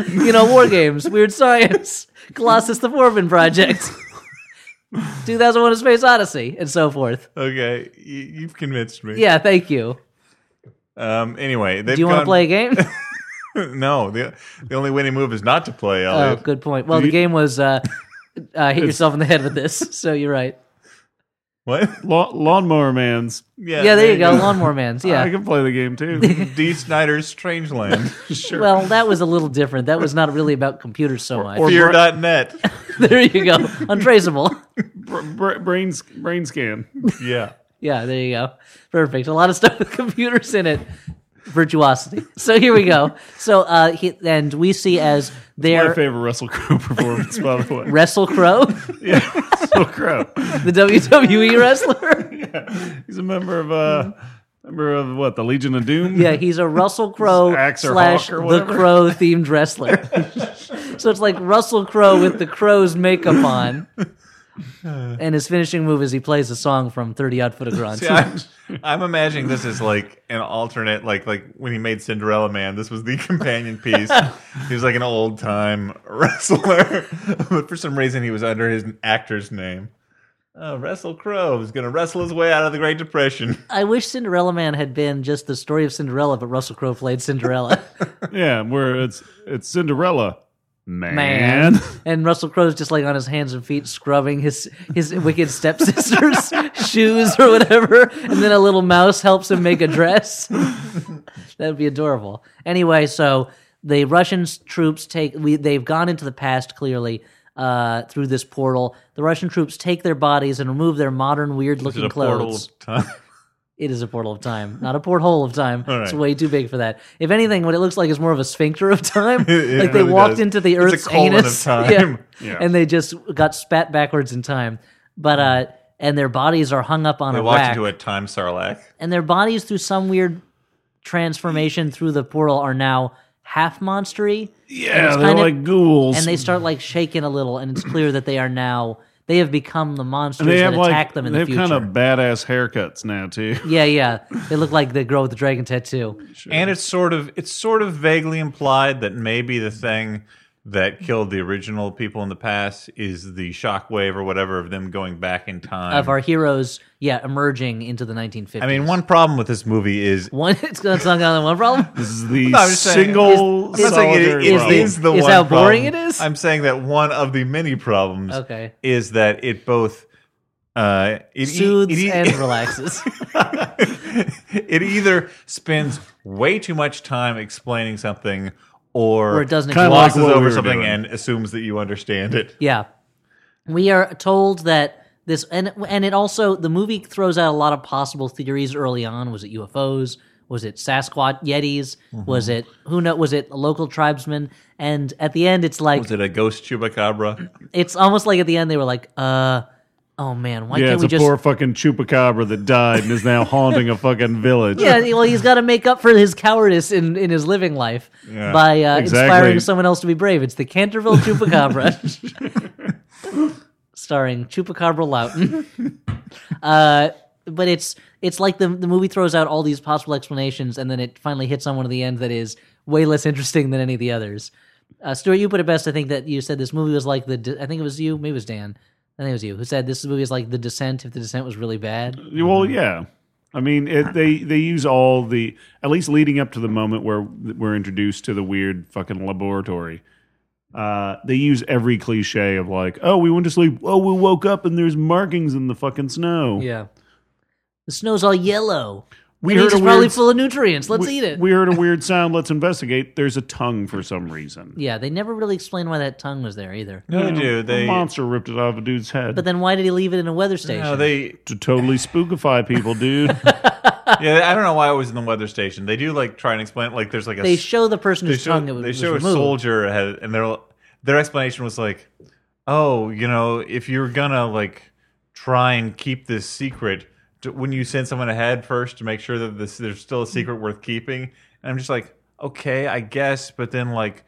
[SPEAKER 3] you know, war games, weird science, Colossus the Forbin Project, 2001: A Space Odyssey, and so forth.
[SPEAKER 1] Okay, you, you've convinced me.
[SPEAKER 3] Yeah, thank you.
[SPEAKER 1] Um. Anyway, they've
[SPEAKER 3] Do you want to
[SPEAKER 1] gone-
[SPEAKER 3] play a game?
[SPEAKER 1] no. The the only winning move is not to play.
[SPEAKER 3] oh,
[SPEAKER 1] Elliot.
[SPEAKER 3] good point. Well, the game was uh, uh, hit yourself in the head with this, so you're right.
[SPEAKER 1] What?
[SPEAKER 2] La- Lawnmower Man's.
[SPEAKER 3] Yeah, there you go, Lawnmower Man's.
[SPEAKER 2] I
[SPEAKER 3] Yeah.
[SPEAKER 2] can play the game too.
[SPEAKER 1] D. Snyder's Strangeland.
[SPEAKER 2] sure.
[SPEAKER 3] Well, that was a little different. That was not really about computers so much.
[SPEAKER 1] Fear.net.
[SPEAKER 3] there you go, untraceable.
[SPEAKER 2] Br- br- brain sc- brain scan.
[SPEAKER 1] yeah.
[SPEAKER 3] Yeah, there you go. Perfect. A lot of stuff with computers in it. Virtuosity. So here we go. So uh he, and we see as
[SPEAKER 2] My
[SPEAKER 3] their
[SPEAKER 2] favorite Russell Crowe performance, by the way.
[SPEAKER 3] Wrestle Crow,
[SPEAKER 2] Russell Crowe.
[SPEAKER 3] the WWE wrestler.
[SPEAKER 2] He's a member of uh, member of what the Legion of Doom.
[SPEAKER 3] Yeah, he's a Russell Crowe
[SPEAKER 2] Axe or
[SPEAKER 3] slash
[SPEAKER 2] Hawk or
[SPEAKER 3] the
[SPEAKER 2] whatever.
[SPEAKER 3] Crow themed wrestler. so it's like Russell Crowe with the Crow's makeup on. And his finishing move is he plays a song from 30 Odd Photogrants.
[SPEAKER 1] Yeah, I'm, I'm imagining this is like an alternate, like like when he made Cinderella Man. This was the companion piece. he was like an old time wrestler, but for some reason he was under his actor's name. Uh, Russell Crowe was going to wrestle his way out of the Great Depression.
[SPEAKER 3] I wish Cinderella Man had been just the story of Cinderella, but Russell Crowe played Cinderella.
[SPEAKER 2] yeah, where it's it's Cinderella. Man,
[SPEAKER 3] And Russell Crowe's just like on his hands and feet scrubbing his his wicked stepsister's shoes or whatever, and then a little mouse helps him make a dress. that would be adorable. Anyway, so the Russian s- troops take we they've gone into the past clearly uh, through this portal. The Russian troops take their bodies and remove their modern weird
[SPEAKER 1] Is it
[SPEAKER 3] looking
[SPEAKER 1] a portal
[SPEAKER 3] clothes.
[SPEAKER 1] of time?
[SPEAKER 3] It is a portal of time, not a porthole of time.
[SPEAKER 1] right.
[SPEAKER 3] It's way too big for that. If anything, what it looks like is more of a sphincter of time.
[SPEAKER 1] It
[SPEAKER 3] like they
[SPEAKER 1] really
[SPEAKER 3] walked
[SPEAKER 1] does.
[SPEAKER 3] into the
[SPEAKER 1] It's a
[SPEAKER 3] Earth's
[SPEAKER 1] colon of
[SPEAKER 3] anus,
[SPEAKER 1] time.
[SPEAKER 3] Yeah,
[SPEAKER 2] Yeah.
[SPEAKER 3] and they just got spat backwards in time. But uh, and their bodies are hung up on
[SPEAKER 1] I
[SPEAKER 3] a
[SPEAKER 1] walked
[SPEAKER 3] rack,
[SPEAKER 1] into a time sarlacc.
[SPEAKER 3] and their bodies through some weird transformation through the portal are now half monstery,
[SPEAKER 2] yeah,
[SPEAKER 3] it's
[SPEAKER 2] they're
[SPEAKER 3] kind of-
[SPEAKER 2] like ghouls,
[SPEAKER 3] and they start like shaking a little, and it's clear that they are now they have become the monsters
[SPEAKER 2] They
[SPEAKER 3] that
[SPEAKER 2] have
[SPEAKER 3] attack
[SPEAKER 2] like
[SPEAKER 3] them in
[SPEAKER 2] they
[SPEAKER 3] the
[SPEAKER 2] have
[SPEAKER 3] future.
[SPEAKER 2] kind of badass haircuts now too.
[SPEAKER 3] yeah, yeah, they look like the girl with the dragon tattoo.
[SPEAKER 1] And it's sort of it's sort of vaguely implied that maybe the thing that killed the original people in the past is the shockwave or whatever of them going back in time.
[SPEAKER 3] of our heroes, yeah, emerging into the 1950s.
[SPEAKER 1] I mean, one problem with this movie is
[SPEAKER 3] one it's going to talk on the one problem.
[SPEAKER 2] This is the
[SPEAKER 1] I'm just saying-
[SPEAKER 2] single
[SPEAKER 1] I'm not saying it
[SPEAKER 2] solitary
[SPEAKER 1] is,
[SPEAKER 2] problem.
[SPEAKER 1] is the
[SPEAKER 3] is
[SPEAKER 1] one
[SPEAKER 3] how boring
[SPEAKER 1] problem.
[SPEAKER 3] it is?
[SPEAKER 1] I'm saying that one of the many problems
[SPEAKER 3] Okay.
[SPEAKER 1] is that it both uh, it, e-
[SPEAKER 3] Soothes
[SPEAKER 1] it, e-
[SPEAKER 3] and relaxes.
[SPEAKER 1] it either spends way too much time explaining something or,
[SPEAKER 3] Or it doesn't
[SPEAKER 2] Kinda
[SPEAKER 1] glosses
[SPEAKER 2] like what we
[SPEAKER 1] over
[SPEAKER 2] were
[SPEAKER 1] something
[SPEAKER 2] doing.
[SPEAKER 1] and assumes that you understand it.
[SPEAKER 3] yeah. We are told that this and and it also the movie throws out a lot of possible theories early on. Was it UFOs? Was it Sasquatch Yetis?
[SPEAKER 2] Mm-hmm.
[SPEAKER 3] Was it who know was it local tribesmen? And at the end it's like
[SPEAKER 1] Was it a ghost chupacabra?
[SPEAKER 3] it's almost like at the end they were like, uh oh man, why
[SPEAKER 2] Yeah,
[SPEAKER 3] can't
[SPEAKER 2] it's
[SPEAKER 3] we
[SPEAKER 2] a
[SPEAKER 3] just
[SPEAKER 2] poor fucking chupacabra that died and is now haunting a fucking village.
[SPEAKER 3] yeah, well, he's got to make up for his cowardice in, in his living life
[SPEAKER 1] Yeah.
[SPEAKER 3] by uh,
[SPEAKER 2] Exactly.
[SPEAKER 3] inspiring someone else to be brave. It's the Canterville Chupacabra, starring Chupacabra Loughton. Uh, but it's it's like the the movie throws out all these possible explanations, and then it finally hits on one at the end that is way less interesting than any of the others. Uh, Stuart, you put it best. I think that you said this movie was like the. de- I think it was you. Maybe it was Dan. I think it was you who said this movie is like the descent if the descent was really bad.
[SPEAKER 2] Well,
[SPEAKER 3] Mm-hmm.
[SPEAKER 2] yeah. I mean, it, they they use all the at least leading up to the moment where we're introduced to the weird fucking laboratory. Uh, they use every cliche of like, oh, we went to sleep. Oh, we woke up and there's markings in the fucking snow.
[SPEAKER 3] Yeah. The snow's all yellow.
[SPEAKER 2] We
[SPEAKER 3] It means
[SPEAKER 2] heard a
[SPEAKER 3] it's probably
[SPEAKER 2] weird.
[SPEAKER 3] full of nutrients. Let's
[SPEAKER 2] we,
[SPEAKER 3] eat it.
[SPEAKER 2] we heard a weird sound. Let's investigate. There's a tongue for some reason.
[SPEAKER 3] yeah, they never really explain why that tongue was there either.
[SPEAKER 1] No,
[SPEAKER 2] You know,
[SPEAKER 1] dude, they
[SPEAKER 2] a monster ripped it off a dude's head
[SPEAKER 3] But then why did he leave it in a weather station?
[SPEAKER 1] no, they
[SPEAKER 2] to totally spookify people, dude.
[SPEAKER 1] yeah, I don't know why it was in the weather station. They do like try and explain like there's like a
[SPEAKER 3] They
[SPEAKER 1] s-
[SPEAKER 3] show the person
[SPEAKER 1] they
[SPEAKER 3] whose
[SPEAKER 1] show,
[SPEAKER 3] tongue it was,
[SPEAKER 1] they
[SPEAKER 3] was
[SPEAKER 1] show a
[SPEAKER 3] removed.
[SPEAKER 1] soldier ahead, and their their explanation was like, "Oh, you know, if you're gonna like try and keep this secret, d- wouldn't you send someone ahead first to make sure that this there's still a secret worth keeping?" And I'm just like, "Okay, I guess," but then like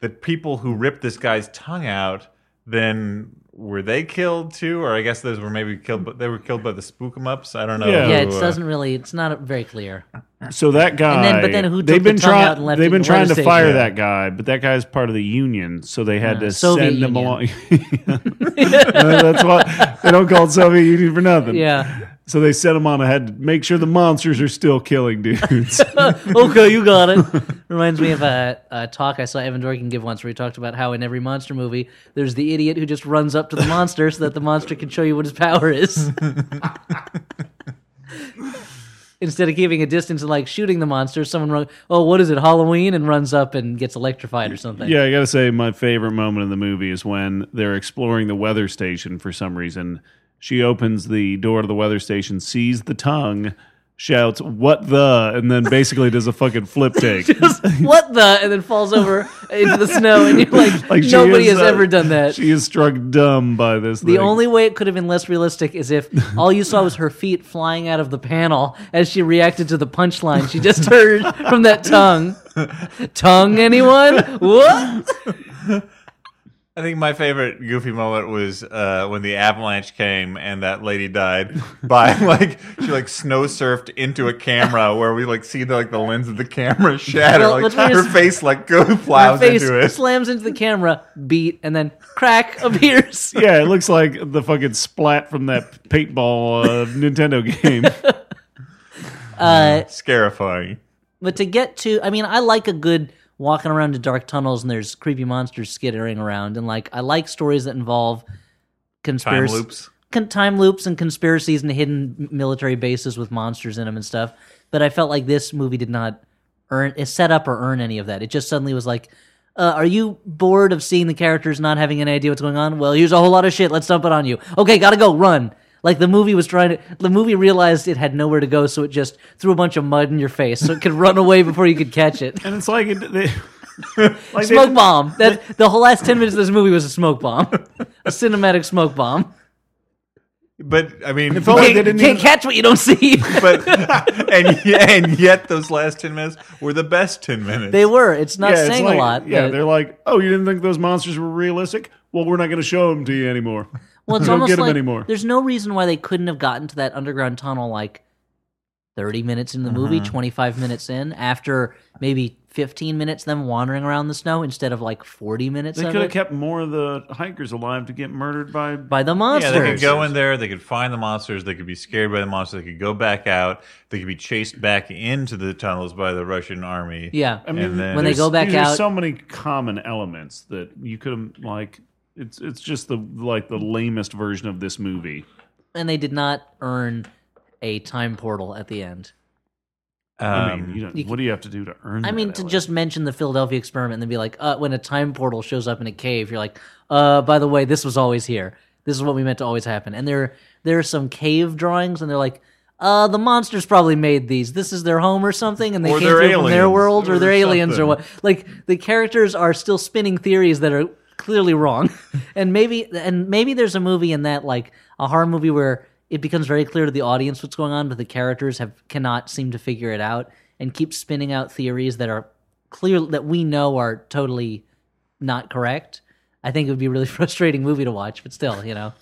[SPEAKER 1] the people who ripped this guy's tongue out. then were they killed too? Or I guess those were maybe killed, but they were killed by the spook 'em ups. I don't know.
[SPEAKER 2] Yeah.
[SPEAKER 3] Yeah, it
[SPEAKER 1] who, uh,
[SPEAKER 3] doesn't really. It's not very clear.
[SPEAKER 2] So that guy,
[SPEAKER 3] then- but then who took
[SPEAKER 2] they've
[SPEAKER 3] the
[SPEAKER 2] been
[SPEAKER 3] tongue
[SPEAKER 2] trying,
[SPEAKER 3] out and left it
[SPEAKER 2] they've
[SPEAKER 3] in
[SPEAKER 2] been
[SPEAKER 3] the
[SPEAKER 2] trying
[SPEAKER 3] weather
[SPEAKER 2] to
[SPEAKER 3] station? Uh,
[SPEAKER 2] fire that guy, but that guy's part of the union, so they had to
[SPEAKER 3] Soviet
[SPEAKER 2] send him
[SPEAKER 3] Union.
[SPEAKER 2] along. Uh, That's why they don't call it Soviet Union for nothing.
[SPEAKER 3] Yeah.
[SPEAKER 2] So they sent him on ahead to make sure the monsters are still killing dudes.
[SPEAKER 3] okay, you got it. Reminds me of a, a talk I saw Evan Dorkin give once, where he talked about how in every monster movie, there's the idiot who just runs up to the monster so that the monster can show you what his power is. Instead of keeping a distance and like shooting the monster, someone run, oh, what is it, Halloween, and runs up and gets electrified or something.
[SPEAKER 2] yeah, I gotta say, my favorite moment in the movie is when they're exploring the weather station for some reason. She opens the door to the weather station, sees the tongue, shouts, What the? and then basically does a fucking flip take.
[SPEAKER 3] what the? And then falls over into the snow, and you're like,
[SPEAKER 2] Like, she
[SPEAKER 3] nobody
[SPEAKER 2] is,
[SPEAKER 3] has
[SPEAKER 2] uh,
[SPEAKER 3] ever done that.
[SPEAKER 2] She is struck dumb by this.
[SPEAKER 3] The
[SPEAKER 2] thing.
[SPEAKER 3] only way it could have been less realistic is if all you saw was her feet flying out of the panel as she reacted to the punchline she just heard from that tongue. Tongue, anyone? What?
[SPEAKER 1] I think my favorite goofy moment was uh, when the avalanche came and that lady died by like she like snow surfed into a camera where we like see the, like the lens of the camera shatter,
[SPEAKER 3] Well,
[SPEAKER 1] like
[SPEAKER 3] let me
[SPEAKER 1] her
[SPEAKER 3] just-
[SPEAKER 1] face like go
[SPEAKER 3] Her
[SPEAKER 1] plows
[SPEAKER 3] face
[SPEAKER 1] into it.
[SPEAKER 3] slams into the camera, beat, and then crack appears.
[SPEAKER 2] Yeah, it looks like the fucking splat from that paintball uh, Nintendo game.
[SPEAKER 3] Uh,
[SPEAKER 1] Scarifying.
[SPEAKER 3] but to get to, I mean, I like a good walking around to dark tunnels and there's creepy monsters skittering around, and like I like stories that involve
[SPEAKER 1] Time
[SPEAKER 3] conspiracy
[SPEAKER 1] loops.
[SPEAKER 3] con- time loops and conspiracies and hidden m- military bases with monsters in them and stuff. But I felt like this movie did not earn, it set up or earn any of that. It just suddenly was like, uh, "Are you bored of seeing the characters not having any idea what's going on? Well, here's a whole lot of shit. Let's dump it on you. Okay, gotta go. Run." Like the movie was trying to, the movie realized it had nowhere to go, so it just threw a bunch of mud in your face so it could run away before you could catch it.
[SPEAKER 2] And it's like, it, they, like they-
[SPEAKER 3] Smoke bomb. That the whole last ten minutes of this movie was a smoke bomb, a cinematic smoke bomb.
[SPEAKER 1] But I mean,
[SPEAKER 2] felt like
[SPEAKER 1] but,
[SPEAKER 2] they didn't
[SPEAKER 3] Can't, can't
[SPEAKER 2] even-
[SPEAKER 3] catch what you don't see.
[SPEAKER 1] but- and ye- and yet those last ten minutes were the best ten minutes.
[SPEAKER 3] They were. It's not
[SPEAKER 2] yeah, it's
[SPEAKER 3] saying
[SPEAKER 2] like-
[SPEAKER 3] a lot.
[SPEAKER 2] Yeah,
[SPEAKER 3] but-
[SPEAKER 2] they're like, oh, you didn't think those monsters were realistic? Well, we're not going to show them to you anymore.
[SPEAKER 3] well, it's
[SPEAKER 2] you don't
[SPEAKER 3] almost
[SPEAKER 2] get 'em
[SPEAKER 3] like
[SPEAKER 2] anymore.
[SPEAKER 3] there's no reason why they couldn't have gotten to that underground tunnel like 30 minutes into the movie, 25 minutes in, after maybe 15 minutes them wandering around the snow instead of like 40 minutes
[SPEAKER 2] They
[SPEAKER 3] of
[SPEAKER 2] could
[SPEAKER 3] it
[SPEAKER 2] have kept more of the hikers alive to get murdered by.
[SPEAKER 3] by the
[SPEAKER 1] yeah,
[SPEAKER 3] monsters.
[SPEAKER 1] they could go in there. They could find the monsters. They could be scared by the monsters. They could go back out. They could be chased back into the tunnels by the Russian army.
[SPEAKER 3] Yeah.
[SPEAKER 2] I mean,
[SPEAKER 1] And then-
[SPEAKER 3] When they
[SPEAKER 2] there's-
[SPEAKER 3] go back
[SPEAKER 2] these are
[SPEAKER 3] out-
[SPEAKER 2] so many common elements that you could have like. It's it's just the like the lamest version of this movie.
[SPEAKER 3] and they did not earn a time portal at the end.
[SPEAKER 1] Um,
[SPEAKER 2] I mean, you don't, what do you have to do to earn?
[SPEAKER 3] I
[SPEAKER 2] that,
[SPEAKER 3] mean, to
[SPEAKER 2] Alex?
[SPEAKER 3] just mention the Philadelphia experiment and then be like, uh, when a time portal shows up in a cave, you're like, uh, by the way, this was always here. This is what we meant to always happen. And there, there are some cave drawings, and they're like, uh, the monsters probably made these. This is their home or something, and they
[SPEAKER 1] Or
[SPEAKER 3] came
[SPEAKER 1] they're
[SPEAKER 3] through from their
[SPEAKER 1] aliens
[SPEAKER 3] world, or,
[SPEAKER 1] or
[SPEAKER 3] they're aliens, or
[SPEAKER 1] something.
[SPEAKER 3] what. Like the characters are still spinning theories that are clearly wrong, and maybe, and maybe there's a movie in that, like a horror movie, where it becomes very clear to the audience what's going on, but the characters have cannot seem to figure it out and keep spinning out theories that are clear that we know are totally not correct. I think it would be a really frustrating movie to watch, but still, you know.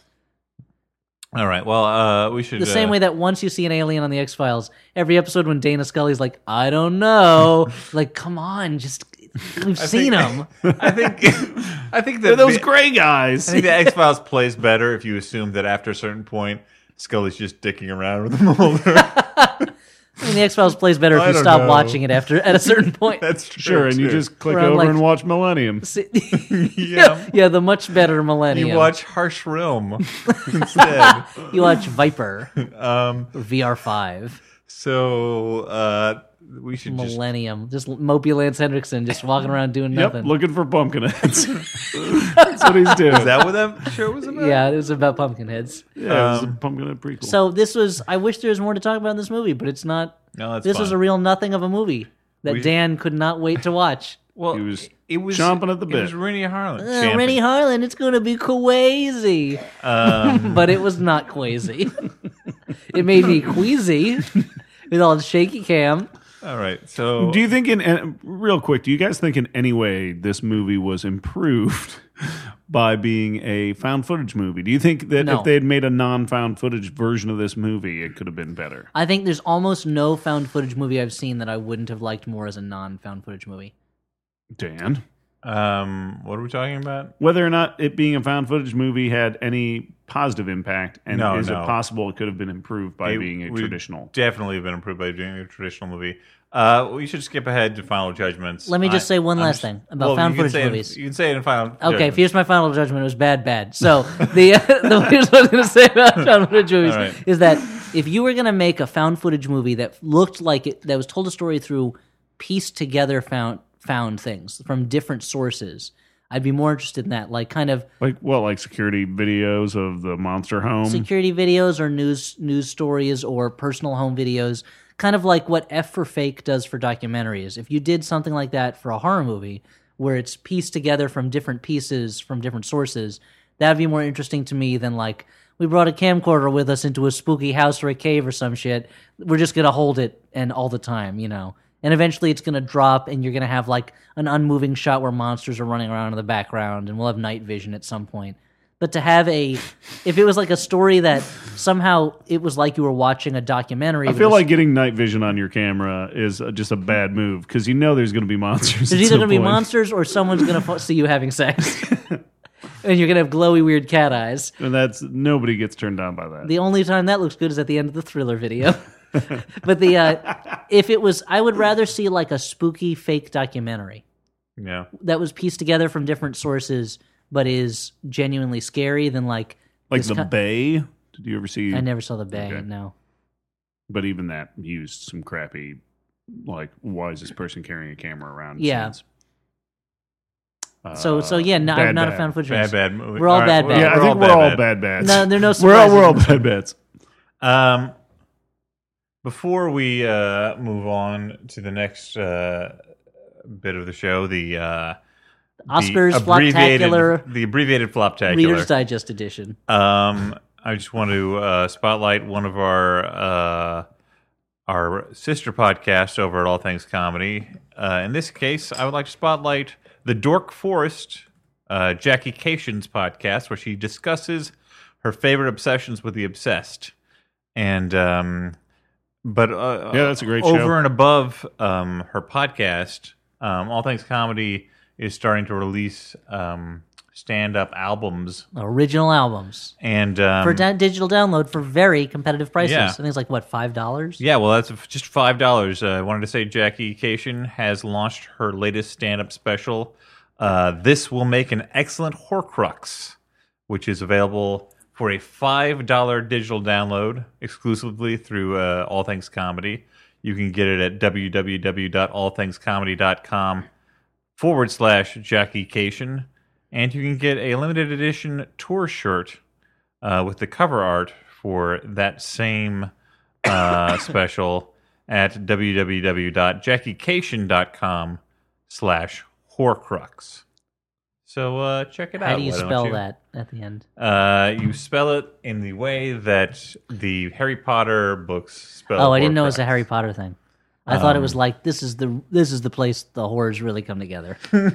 [SPEAKER 1] All right. Well, uh, we should
[SPEAKER 3] The same
[SPEAKER 1] uh,
[SPEAKER 3] way that once you see an alien on the X Files, every episode when Dana Scully's like, "I don't know," like, come on, just we've seen them.
[SPEAKER 1] I think I think
[SPEAKER 2] They're
[SPEAKER 1] that
[SPEAKER 2] those
[SPEAKER 1] the,
[SPEAKER 2] gray guys.
[SPEAKER 1] I think the X Files plays better if you assume that after a certain point, Scully's just dicking around with Mulder.
[SPEAKER 3] I mean, the X Files plays better if
[SPEAKER 1] I
[SPEAKER 3] you
[SPEAKER 1] don't
[SPEAKER 3] stop
[SPEAKER 1] know.
[SPEAKER 3] watching it after at a certain point.
[SPEAKER 1] That's true.
[SPEAKER 2] Sure, and you
[SPEAKER 1] too.
[SPEAKER 2] just click
[SPEAKER 3] Where I'm
[SPEAKER 2] over
[SPEAKER 3] like-
[SPEAKER 2] and watch Millennium.
[SPEAKER 1] yeah.
[SPEAKER 3] yeah, the much better
[SPEAKER 1] You
[SPEAKER 3] Millennium.
[SPEAKER 1] watch Harsh Realm instead.
[SPEAKER 3] You watch Viper,
[SPEAKER 1] Um,
[SPEAKER 3] VR Five,
[SPEAKER 1] so uh, we should just
[SPEAKER 3] Millennium. Just mopey Lance Hendrickson just walking around doing
[SPEAKER 2] Yep,
[SPEAKER 3] nothing.
[SPEAKER 2] looking for pumpkinheads. That's what he's doing.
[SPEAKER 1] Is that what that show was about?
[SPEAKER 3] yeah, it was about Pumpkinheads.
[SPEAKER 2] yeah, it was a pumpkinhead prequel.
[SPEAKER 3] So this was. I wish there was more to talk about in this movie, but it's not.
[SPEAKER 1] No, that's
[SPEAKER 3] This was a real nothing of a movie that
[SPEAKER 1] We-
[SPEAKER 3] Dan could not wait to watch.
[SPEAKER 1] well,
[SPEAKER 2] He was
[SPEAKER 1] it was
[SPEAKER 2] chomping at the
[SPEAKER 1] It was
[SPEAKER 2] bit.
[SPEAKER 1] Rennie Harlan.
[SPEAKER 3] Uh, Rennie Harlan, it's gonna be crazy.
[SPEAKER 1] Um,
[SPEAKER 3] but it was not crazy. it made me queasy with all the shaky cam.
[SPEAKER 1] All right. So
[SPEAKER 2] do you think in uh, real quick? Do you guys think in any way this movie was improved by being a found footage movie. Do you think that
[SPEAKER 3] No.
[SPEAKER 2] if they had made a non found footage version of this movie, it could have been better?
[SPEAKER 3] I think there's almost no found footage movie I've seen that I wouldn't have liked more as a non found footage movie.
[SPEAKER 2] Dan?
[SPEAKER 1] Um, what are we talking about?
[SPEAKER 2] Whether or not it being a found footage movie had any positive impact, and
[SPEAKER 1] No,
[SPEAKER 2] is
[SPEAKER 1] no.
[SPEAKER 2] it possible it could have been improved by
[SPEAKER 1] It
[SPEAKER 2] being a
[SPEAKER 1] would-
[SPEAKER 2] traditional?
[SPEAKER 1] Definitely been improved by doing a traditional movie. Uh, we should skip ahead to final judgments.
[SPEAKER 3] Let me just
[SPEAKER 1] I-
[SPEAKER 3] say one
[SPEAKER 1] I'm
[SPEAKER 3] last
[SPEAKER 1] just-
[SPEAKER 3] thing about
[SPEAKER 1] well,
[SPEAKER 3] found
[SPEAKER 1] you can
[SPEAKER 3] footage
[SPEAKER 1] say it-
[SPEAKER 3] movies.
[SPEAKER 1] you can say it in final.
[SPEAKER 3] Okay,
[SPEAKER 1] judgments.
[SPEAKER 3] here's my final judgment. It was bad, bad. So the the here's what I was going to say about found footage movies
[SPEAKER 1] All right.
[SPEAKER 3] is that if you were going to make a found footage movie that looked like it that was told a story through pieced together found found things from different sources, I'd be more interested in that. Like kind of
[SPEAKER 2] Like what? Like security videos of the monster home?
[SPEAKER 3] security videos or news news stories or personal home videos kind of like what f for fake does for documentaries if you did something like that for a horror movie where it's pieced together from different pieces from different sources that'd be more interesting to me than like we brought a camcorder with us into a spooky house or a cave or some shit we're just gonna hold it and all the time you know and eventually it's gonna drop and you're gonna have like an unmoving shot where monsters are running around in the background and we'll have night vision at some point but to have a, if it was like a story that somehow it was like you were watching a documentary.
[SPEAKER 2] I feel like getting night vision on your camera is uh, just a bad move because you know there's going to be monsters.
[SPEAKER 3] there's
[SPEAKER 2] at
[SPEAKER 3] either
[SPEAKER 2] some
[SPEAKER 3] going to be
[SPEAKER 2] point.
[SPEAKER 3] monsters or someone's going to see you having sex, and you're going to have glowy weird cat eyes.
[SPEAKER 2] and that's nobody gets turned on by that.
[SPEAKER 3] The only time that looks good is at the end of the thriller video. but the uh, if it was, I would rather see like a spooky fake documentary
[SPEAKER 1] Yeah.
[SPEAKER 3] that was pieced together from different sources, but is genuinely scary than like
[SPEAKER 2] like
[SPEAKER 3] this
[SPEAKER 2] the
[SPEAKER 3] kind-
[SPEAKER 2] Bay. Did you ever see?
[SPEAKER 3] I never saw the Bay.
[SPEAKER 2] Okay.
[SPEAKER 3] No,
[SPEAKER 2] But even that used some crappy. Like, why is this person carrying a camera around?
[SPEAKER 3] Yeah.
[SPEAKER 2] scenes.
[SPEAKER 3] so so
[SPEAKER 2] Uh,
[SPEAKER 3] yeah, no,
[SPEAKER 2] bad,
[SPEAKER 3] I'm not a
[SPEAKER 2] bad.
[SPEAKER 3] found footage.
[SPEAKER 1] Bad,
[SPEAKER 3] person.
[SPEAKER 1] bad movie.
[SPEAKER 3] We're all bad, bad.
[SPEAKER 2] Yeah, I think we're all bad bats.
[SPEAKER 3] No, there are no
[SPEAKER 2] we're all we're all
[SPEAKER 3] surprises.
[SPEAKER 2] bad bats.
[SPEAKER 1] Um, before we uh, move on to the next uh, bit of the show, the uh,
[SPEAKER 3] Oscars
[SPEAKER 1] the abbreviated,
[SPEAKER 3] Floptacular
[SPEAKER 1] the abbreviated
[SPEAKER 3] Reader's
[SPEAKER 1] floptacular.
[SPEAKER 3] Digest edition.
[SPEAKER 1] Um, I just want to uh, spotlight one of our uh, our sister podcasts over at All Things Comedy. Uh, in this case, I would like to spotlight the Dork Forest, uh, Jackie Cation's podcast, where she discusses her favorite obsessions with the obsessed. And um, but uh,
[SPEAKER 2] Yeah, that's a great
[SPEAKER 1] over
[SPEAKER 2] show.
[SPEAKER 1] and above um, her podcast, um, All Things Comedy is starting to release um, stand up albums
[SPEAKER 3] Original albums
[SPEAKER 1] and um,
[SPEAKER 3] for da- digital download for very competitive prices.
[SPEAKER 1] Yeah.
[SPEAKER 3] I think it's like what five dollars.
[SPEAKER 1] Yeah, well, that's just five dollars. Uh, I wanted to say Jackie Cation has launched her latest stand-up special. Uh, this will make an excellent Horcrux, which is available for a five dollar digital download exclusively through uh, All Things Comedy. You can get it at www.allthingscomedy.com forward slash Jackie Cation, and you can get a limited edition tour shirt uh, with the cover art for that same uh, special at www.jackiecation.com slash horcrux. So uh, check it out.
[SPEAKER 3] How do you
[SPEAKER 1] why don't
[SPEAKER 3] spell that at the end?
[SPEAKER 1] Uh, you spell it in the way that the Harry Potter books spell. Um,
[SPEAKER 3] Oh, I didn't know it
[SPEAKER 1] horcrux.
[SPEAKER 3] was a Harry Potter thing. I thought it was like this is the this is the place the horrors really come together. the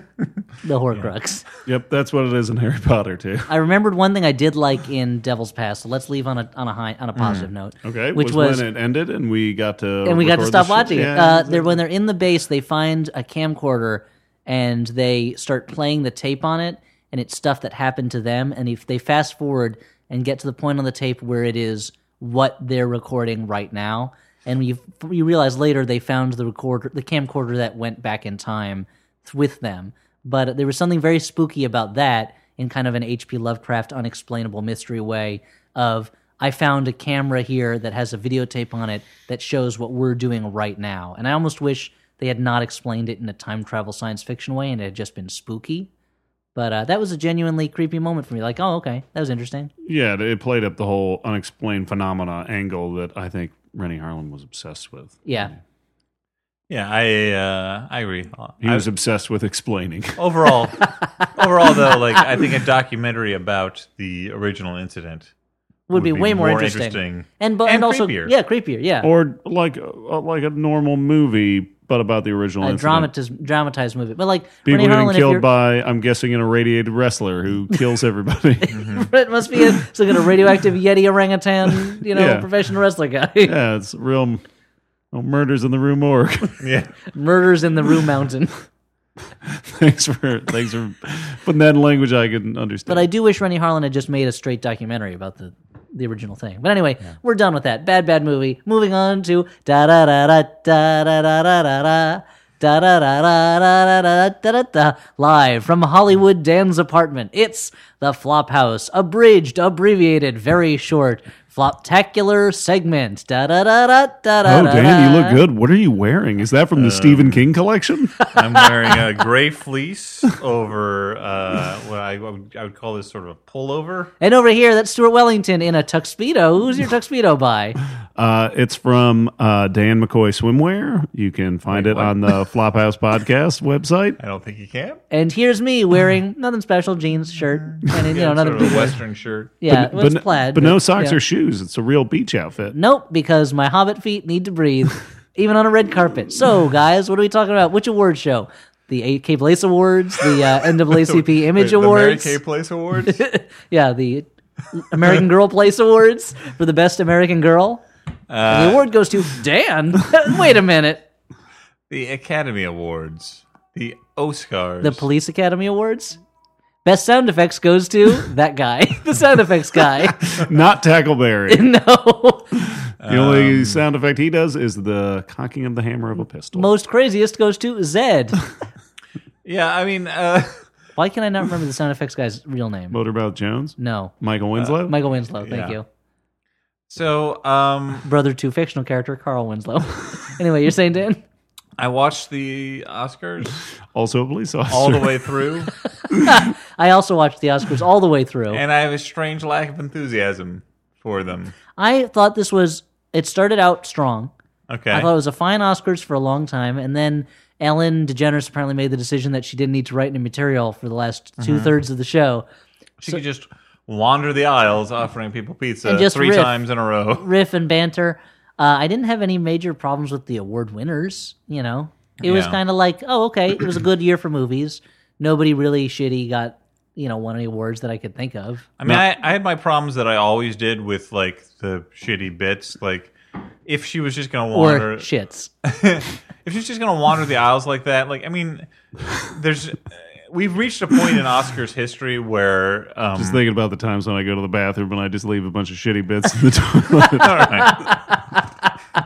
[SPEAKER 3] Horcrux.
[SPEAKER 2] Yep, that's what it is in Harry Potter too.
[SPEAKER 3] I remembered one thing I did like in Devil's Pass. So let's leave on a on a high on a
[SPEAKER 1] Mm.
[SPEAKER 3] positive note.
[SPEAKER 2] Okay,
[SPEAKER 3] which was
[SPEAKER 2] was, when it ended, and we got to
[SPEAKER 3] and we got to
[SPEAKER 2] record the
[SPEAKER 3] stop
[SPEAKER 2] sh-
[SPEAKER 3] watching it.
[SPEAKER 2] Yeah.
[SPEAKER 3] Uh, they're, when they're in the base, they find a camcorder and they start playing the tape on it, and it's stuff that happened to them. And if they fast forward and get to the point on the tape where it is what they're recording right now, and you you realize later they found the recorder, the camcorder that went back in time th- with them. But there was something very spooky about that in kind of an H.P. Lovecraft unexplainable mystery way of I found a camera here that has a videotape on it that shows what we're doing right now. And I almost wish they had not explained it in a time travel science fiction way and it had just been spooky. But uh, that was a genuinely creepy moment for me. Like, oh, okay, that was interesting.
[SPEAKER 2] Yeah, it- it played up the whole unexplained phenomena angle that I think Rennie Harlan was obsessed with.
[SPEAKER 3] Yeah.
[SPEAKER 1] Yeah, I uh, I agree.
[SPEAKER 2] He
[SPEAKER 1] I-
[SPEAKER 2] was obsessed with explaining.
[SPEAKER 1] overall, overall though, like I think a documentary about the original incident
[SPEAKER 3] Would, be, way more, interesting. And, but,
[SPEAKER 1] and
[SPEAKER 3] and also,
[SPEAKER 1] creepier.
[SPEAKER 3] yeah, creepier. Yeah.
[SPEAKER 2] or like uh, like a normal movie but about the original
[SPEAKER 3] a
[SPEAKER 2] incident.
[SPEAKER 3] dramatized, dramatized movie. But like
[SPEAKER 2] People
[SPEAKER 3] Renee
[SPEAKER 2] getting
[SPEAKER 3] Harlan, if
[SPEAKER 2] killed
[SPEAKER 3] you're,
[SPEAKER 2] by, I'm guessing, an irradiated wrestler who kills everybody.
[SPEAKER 3] it must be a, it's like a radioactive yeti orangutan, you know,
[SPEAKER 2] Yeah.
[SPEAKER 3] professional wrestler guy.
[SPEAKER 2] yeah, it's real m- no murders in the room morgue.
[SPEAKER 1] Yeah.
[SPEAKER 3] Murders in the Rue Mountain.
[SPEAKER 2] thanks for thanks for putting that in language I can understand.
[SPEAKER 3] But I do wish Rennie Harlan had just made a straight documentary about the the original thing. But anyway, we're done with that. Bad bad movie. Moving on to da da da da da da da da da da. Da da da da da da da da da da. Live from Hollywood Dan's apartment. It's the Flop House, abridged, abbreviated, very short, floptacular segment. Da da da da da da.
[SPEAKER 2] oh, Dan, you look good. What are you wearing? Is that from
[SPEAKER 1] Um,
[SPEAKER 2] the Stephen King collection?
[SPEAKER 1] I'm wearing a gray fleece over uh, what I, would- I would call this sort of a pullover.
[SPEAKER 3] And over here, that's Stuart Wellington in a tuxedo. Who's your tuxedo by?
[SPEAKER 2] Uh, it's from uh, Dan McCoy Swimwear. You can find it on the Flophouse Podcast website.
[SPEAKER 1] I don't think you can.
[SPEAKER 3] And here's me wearing nothing special, jeans, shirt, and you know,
[SPEAKER 1] sort
[SPEAKER 3] nothing.
[SPEAKER 1] of a western shirt.
[SPEAKER 3] Yeah, it was
[SPEAKER 2] but,
[SPEAKER 3] plaid.
[SPEAKER 2] but no socks
[SPEAKER 3] yeah.
[SPEAKER 2] or shoes. It's a real beach outfit.
[SPEAKER 3] Nope, because my hobbit feet need to breathe, even on a red carpet. So, guys, what are we talking about? Which award show? The A- K Place Awards, the uh, NAACP Image
[SPEAKER 1] The- the
[SPEAKER 3] Awards.
[SPEAKER 1] Mary Kay Place Awards.
[SPEAKER 3] yeah, the American Girl Place Awards for the best American girl.
[SPEAKER 2] Uh,
[SPEAKER 3] and the award goes to Dan. Wait a minute.
[SPEAKER 1] the Academy Awards. The Oscars.
[SPEAKER 3] The Police Academy Awards. Best sound effects goes to that guy, the sound effects guy.
[SPEAKER 2] Not Tackleberry.
[SPEAKER 3] no.
[SPEAKER 2] the
[SPEAKER 1] Um,
[SPEAKER 2] only sound effect he does is the cocking of the hammer of a pistol.
[SPEAKER 3] Most craziest goes to Zed.
[SPEAKER 1] yeah, I mean, uh,
[SPEAKER 3] Why can I not remember the sound effects guy's real name?
[SPEAKER 2] Motormouth Jones,
[SPEAKER 3] No.
[SPEAKER 2] Michael Winslow.
[SPEAKER 3] Michael Winslow, thank
[SPEAKER 1] Yeah.
[SPEAKER 3] you.
[SPEAKER 1] so um,
[SPEAKER 3] Brother to fictional character Carl Winslow. anyway, you're saying Dan?
[SPEAKER 1] I watched the Oscars
[SPEAKER 2] also a police officer.
[SPEAKER 1] all the way through,
[SPEAKER 3] I also watched the Oscars all the way through.
[SPEAKER 1] and I have a strange lack of enthusiasm for them.
[SPEAKER 3] I thought this was it started out strong.
[SPEAKER 1] Okay.
[SPEAKER 3] I thought it was a fine Oscars for a long time, and then Ellen DeGeneres apparently made the decision that she didn't need to write any material for the last
[SPEAKER 1] Mm-hmm.
[SPEAKER 3] two thirds of the show.
[SPEAKER 1] She could just wander the aisles offering people pizza
[SPEAKER 3] And just
[SPEAKER 1] three
[SPEAKER 3] riff.
[SPEAKER 1] times in a row.
[SPEAKER 3] riff and banter. Uh, I didn't have any major problems with the award winners. You know, it was
[SPEAKER 1] Yeah.
[SPEAKER 3] kind of like, oh, okay, it was a good year for movies. Nobody really shitty got you know won any awards that I could think of.
[SPEAKER 1] I mean, I, I had my problems that I always did with like the shitty bits. Like, if she was just gonna
[SPEAKER 3] Or
[SPEAKER 1] wander,
[SPEAKER 3] shits.
[SPEAKER 1] if she's just gonna wander the aisles like that, like I mean, there's we've reached a point in Oscars history where um,
[SPEAKER 2] Just thinking about the times when I go to the bathroom and I just leave a bunch of shitty bits in the toilet.
[SPEAKER 1] All right.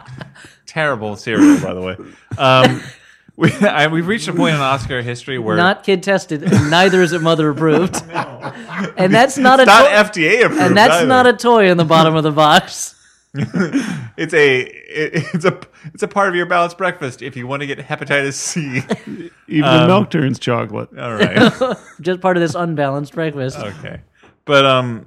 [SPEAKER 1] Terrible cereal, by the way. Um, we, I, we've reached a point in Oscar history where
[SPEAKER 3] Not kid tested, and neither is it mother approved. And that's not a
[SPEAKER 1] it's not
[SPEAKER 3] toy.
[SPEAKER 1] FDA approved.
[SPEAKER 3] and that's
[SPEAKER 1] either.
[SPEAKER 3] not a toy in the bottom of the box.
[SPEAKER 1] It's a it, it's a it's a part of your balanced breakfast if you want to get hepatitis C.
[SPEAKER 2] Even
[SPEAKER 3] Um,
[SPEAKER 2] the milk turns chocolate.
[SPEAKER 3] uh,
[SPEAKER 1] All right.
[SPEAKER 3] Just part of this unbalanced breakfast.
[SPEAKER 1] Okay. But um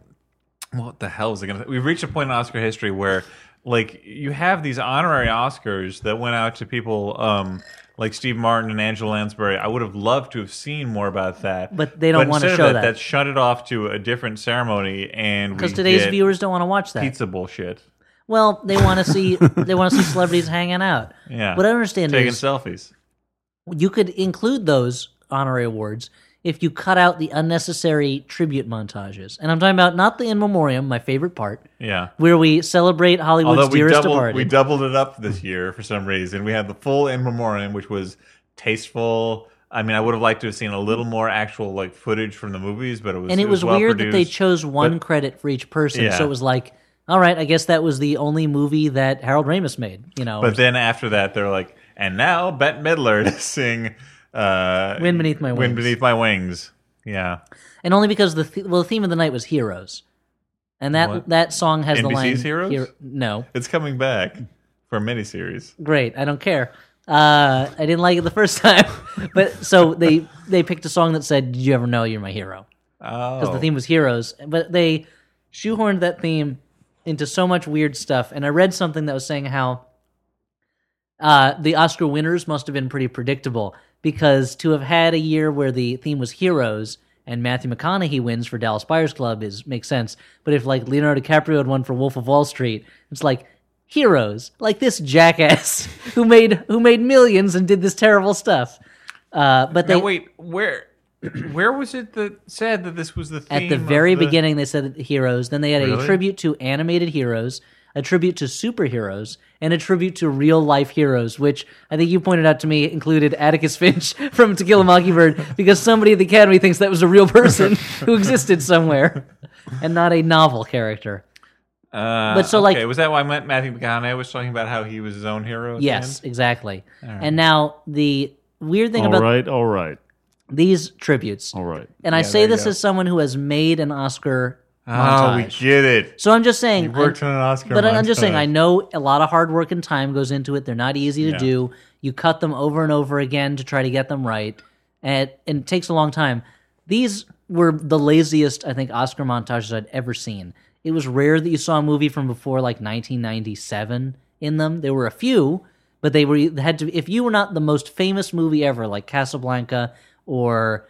[SPEAKER 1] what the hell is it gonna we've reached a point in Oscar history where like you have these honorary Oscars that went out to people um like Steve Martin and Angela Lansbury. I would have loved to have seen more about that.
[SPEAKER 3] But they don't wanna
[SPEAKER 1] instead of
[SPEAKER 3] show
[SPEAKER 1] that.
[SPEAKER 3] that.
[SPEAKER 1] That shut it off to a different ceremony and
[SPEAKER 3] Because today's
[SPEAKER 1] get
[SPEAKER 3] viewers don't want to watch that.
[SPEAKER 1] pizza bullshit.
[SPEAKER 3] Well, they want to see they want to see celebrities hanging out.
[SPEAKER 1] Yeah.
[SPEAKER 3] What I understand
[SPEAKER 1] Taking
[SPEAKER 3] is
[SPEAKER 1] selfies.
[SPEAKER 3] you could include those honorary awards if you cut out the unnecessary tribute montages. And I'm talking about not the in memoriam, my favorite part,
[SPEAKER 1] Yeah.
[SPEAKER 3] where we celebrate Hollywood's
[SPEAKER 1] Although we
[SPEAKER 3] dearest
[SPEAKER 1] doubled,
[SPEAKER 3] departed.
[SPEAKER 1] we doubled it up this year for some reason. We had the full in memoriam, which was tasteful. I mean, I would have liked to have seen a little more actual like footage from the movies, but it was
[SPEAKER 3] and it was
[SPEAKER 1] well
[SPEAKER 3] weird that they
[SPEAKER 1] produced.
[SPEAKER 3] chose one credit for each person.
[SPEAKER 1] Yeah.
[SPEAKER 3] So it was like, all right, I guess that was the only movie that Harold Ramis made. You know,
[SPEAKER 1] But then after that, they're like, and now Bette Midler to sing uh,
[SPEAKER 3] Wind Beneath My
[SPEAKER 1] Wind
[SPEAKER 3] Wings."
[SPEAKER 1] Beneath My Wings." Yeah,
[SPEAKER 3] and only because the th- well, the theme of the night was heroes, and that
[SPEAKER 1] What?
[SPEAKER 3] that song has the line
[SPEAKER 1] NBC's Heroes?
[SPEAKER 3] no,
[SPEAKER 1] it's coming back for a miniseries.
[SPEAKER 3] great. I don't care. Uh, I didn't like it the first time, but so they they picked a song that said, "Did you ever know you're my hero?"
[SPEAKER 1] Oh,
[SPEAKER 3] Because the theme was heroes, but they shoehorned that theme into so much weird stuff. And I read something that was saying how uh, the Oscar winners must have been pretty predictable because to have had a year where the theme was heroes and Matthew McConaughey wins for Dallas Buyers Club is makes sense. But if like Leonardo DiCaprio had won for Wolf of Wall Street, it's like heroes like this jackass who made who made millions and did this terrible stuff. Uh, but they
[SPEAKER 1] Now wait, where where was it that said that this was the theme
[SPEAKER 3] at the
[SPEAKER 1] of
[SPEAKER 3] very beginning they said that heroes. Then they had a
[SPEAKER 1] Really?
[SPEAKER 3] tribute to animated heroes, a tribute to superheroes, and a tribute to real life heroes, which I think you pointed out to me included Atticus Finch from To Kill a Mockingbird because somebody at the Academy thinks that was a real person who existed somewhere and not a novel character.
[SPEAKER 1] Uh,
[SPEAKER 3] But so,
[SPEAKER 1] okay,
[SPEAKER 3] like-
[SPEAKER 1] was that why Ma- Matthew McConaughey was talking about how he was his own hero? at the
[SPEAKER 3] Yes,
[SPEAKER 1] end?
[SPEAKER 3] exactly. And now the weird thing
[SPEAKER 2] All
[SPEAKER 3] about
[SPEAKER 2] right, all right,
[SPEAKER 3] these tributes.
[SPEAKER 2] all right.
[SPEAKER 3] And I
[SPEAKER 1] there
[SPEAKER 3] say
[SPEAKER 1] you
[SPEAKER 3] this
[SPEAKER 1] go.
[SPEAKER 3] as someone who has made an Oscar
[SPEAKER 1] Oh, we
[SPEAKER 3] montage.
[SPEAKER 1] get it.
[SPEAKER 3] so I'm just saying,
[SPEAKER 1] You worked
[SPEAKER 3] I-
[SPEAKER 1] on an Oscar,
[SPEAKER 3] but I- I'm just saying,
[SPEAKER 1] montage.
[SPEAKER 3] I know a lot of hard work and time goes into it. They're not easy to do. You cut them over and over again to try to get them right, and it, and it takes a long time. These were the laziest, I think, Oscar montages I'd ever seen. It was rare that you saw a movie from before like 1997 in them. There were a few, but they were they had to. If you were not the most famous movie ever, like Casablanca or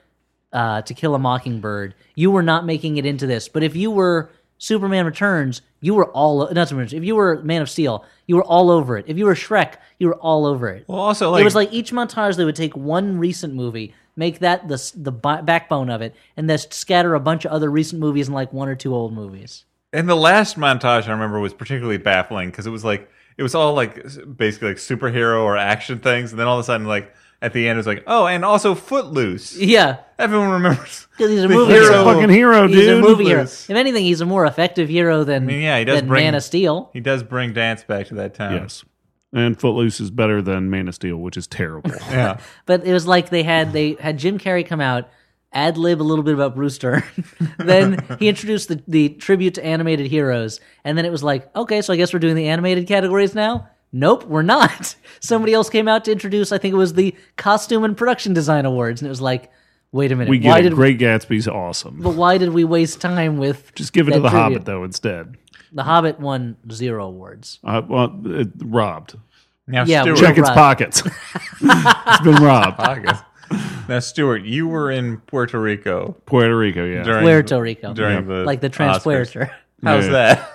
[SPEAKER 3] uh, To Kill a Mockingbird, you were not making it into this. But if you were Superman Returns, you were all not Superman. Returns, If you were Man of Steel, you were all over it. If you were Shrek, you were all over it.
[SPEAKER 1] Well, also, like,
[SPEAKER 3] it was like each montage they would take one recent movie, make that the s- the bi- backbone of it, and then scatter a bunch of other recent movies and like one or two old movies.
[SPEAKER 1] and the last montage I remember was particularly baffling because it was like it was all like s- basically like superhero or action things, and then all of a sudden, like at the end, it was like, oh, and also Footloose.
[SPEAKER 3] Yeah,
[SPEAKER 1] Everyone remembers
[SPEAKER 3] 'Cause he's a
[SPEAKER 1] the
[SPEAKER 3] movie
[SPEAKER 2] He's a
[SPEAKER 3] hero.
[SPEAKER 2] fucking hero,
[SPEAKER 3] he's a
[SPEAKER 2] dude.
[SPEAKER 3] movie hero.
[SPEAKER 1] Footloose.
[SPEAKER 3] If anything, he's a more effective hero than
[SPEAKER 1] mean, yeah, he does
[SPEAKER 3] than
[SPEAKER 1] bring-
[SPEAKER 3] Man of Steel.
[SPEAKER 1] He does bring dance back to that time.
[SPEAKER 2] Yes. And Footloose is better than Man of Steel, which is terrible.
[SPEAKER 1] Yeah.
[SPEAKER 3] but it was like they had they had Jim Carrey come out ad lib a little bit about Brewster. then he introduced the, the tribute to animated heroes, and then it was like, okay, so I guess we're doing the animated categories now. Nope, we're not. Somebody else came out to introduce. I think it was the costume and production design awards, and it was like, wait a minute,
[SPEAKER 2] we get
[SPEAKER 3] why
[SPEAKER 2] it.
[SPEAKER 3] did
[SPEAKER 2] Great Gatsby's awesome.
[SPEAKER 3] but why did we waste time with
[SPEAKER 2] Just give it to
[SPEAKER 3] that
[SPEAKER 2] the
[SPEAKER 3] tribute?
[SPEAKER 2] Hobbit though instead.
[SPEAKER 3] The Hobbit won zero awards.
[SPEAKER 2] Uh, well, it, robbed.
[SPEAKER 1] Now,
[SPEAKER 3] Yeah,
[SPEAKER 1] Stuart,
[SPEAKER 3] It was
[SPEAKER 2] Check its
[SPEAKER 3] robbed.
[SPEAKER 2] pockets. it's been robbed.
[SPEAKER 1] August. Now, Stuart, you were in Puerto Rico
[SPEAKER 2] Puerto Rico, yeah.
[SPEAKER 1] during
[SPEAKER 3] Puerto Rico,
[SPEAKER 1] during the
[SPEAKER 3] like the
[SPEAKER 1] Oscars.
[SPEAKER 3] Transpuerto.
[SPEAKER 1] How's
[SPEAKER 2] Yeah.
[SPEAKER 1] that?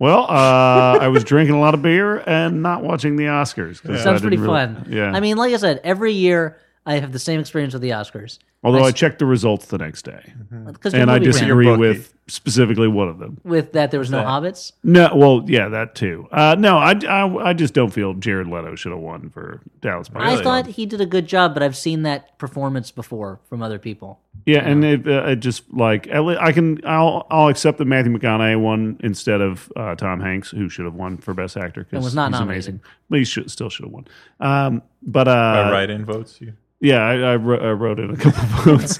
[SPEAKER 2] Well, uh, I was drinking a lot of beer and not watching the Oscars. 'cause I
[SPEAKER 3] Sounds
[SPEAKER 2] didn't
[SPEAKER 3] pretty
[SPEAKER 2] really-
[SPEAKER 3] fun.
[SPEAKER 2] Yeah.
[SPEAKER 3] I mean, like I said, every year I have the same experience with the Oscars.
[SPEAKER 2] although
[SPEAKER 3] I
[SPEAKER 2] I,
[SPEAKER 3] s- Mm-hmm.
[SPEAKER 2] checked the results the next day,
[SPEAKER 3] Because
[SPEAKER 2] and I disagree
[SPEAKER 1] Your bookie.
[SPEAKER 2] with specifically one of them.
[SPEAKER 3] with that there was no hobbits.
[SPEAKER 2] No, well, yeah, that too. Uh, no, I, I, I just don't feel Jared Leto should have won for Dallas. Buyers
[SPEAKER 3] I
[SPEAKER 2] Club.
[SPEAKER 3] thought he did a good job, but I've seen that performance before from other people.
[SPEAKER 2] Yeah, and it, uh, it just like at le- I can I'll I'll accept that Matthew McConaughey won instead of uh, Tom Hanks, who should have won for Best Actor because
[SPEAKER 3] was not
[SPEAKER 2] he's
[SPEAKER 3] nominated.
[SPEAKER 2] amazing, but he should, still should have won. Um, but uh,
[SPEAKER 1] Uh, right in votes. You.
[SPEAKER 2] yeah, I, I, wrote, I wrote in a couple votes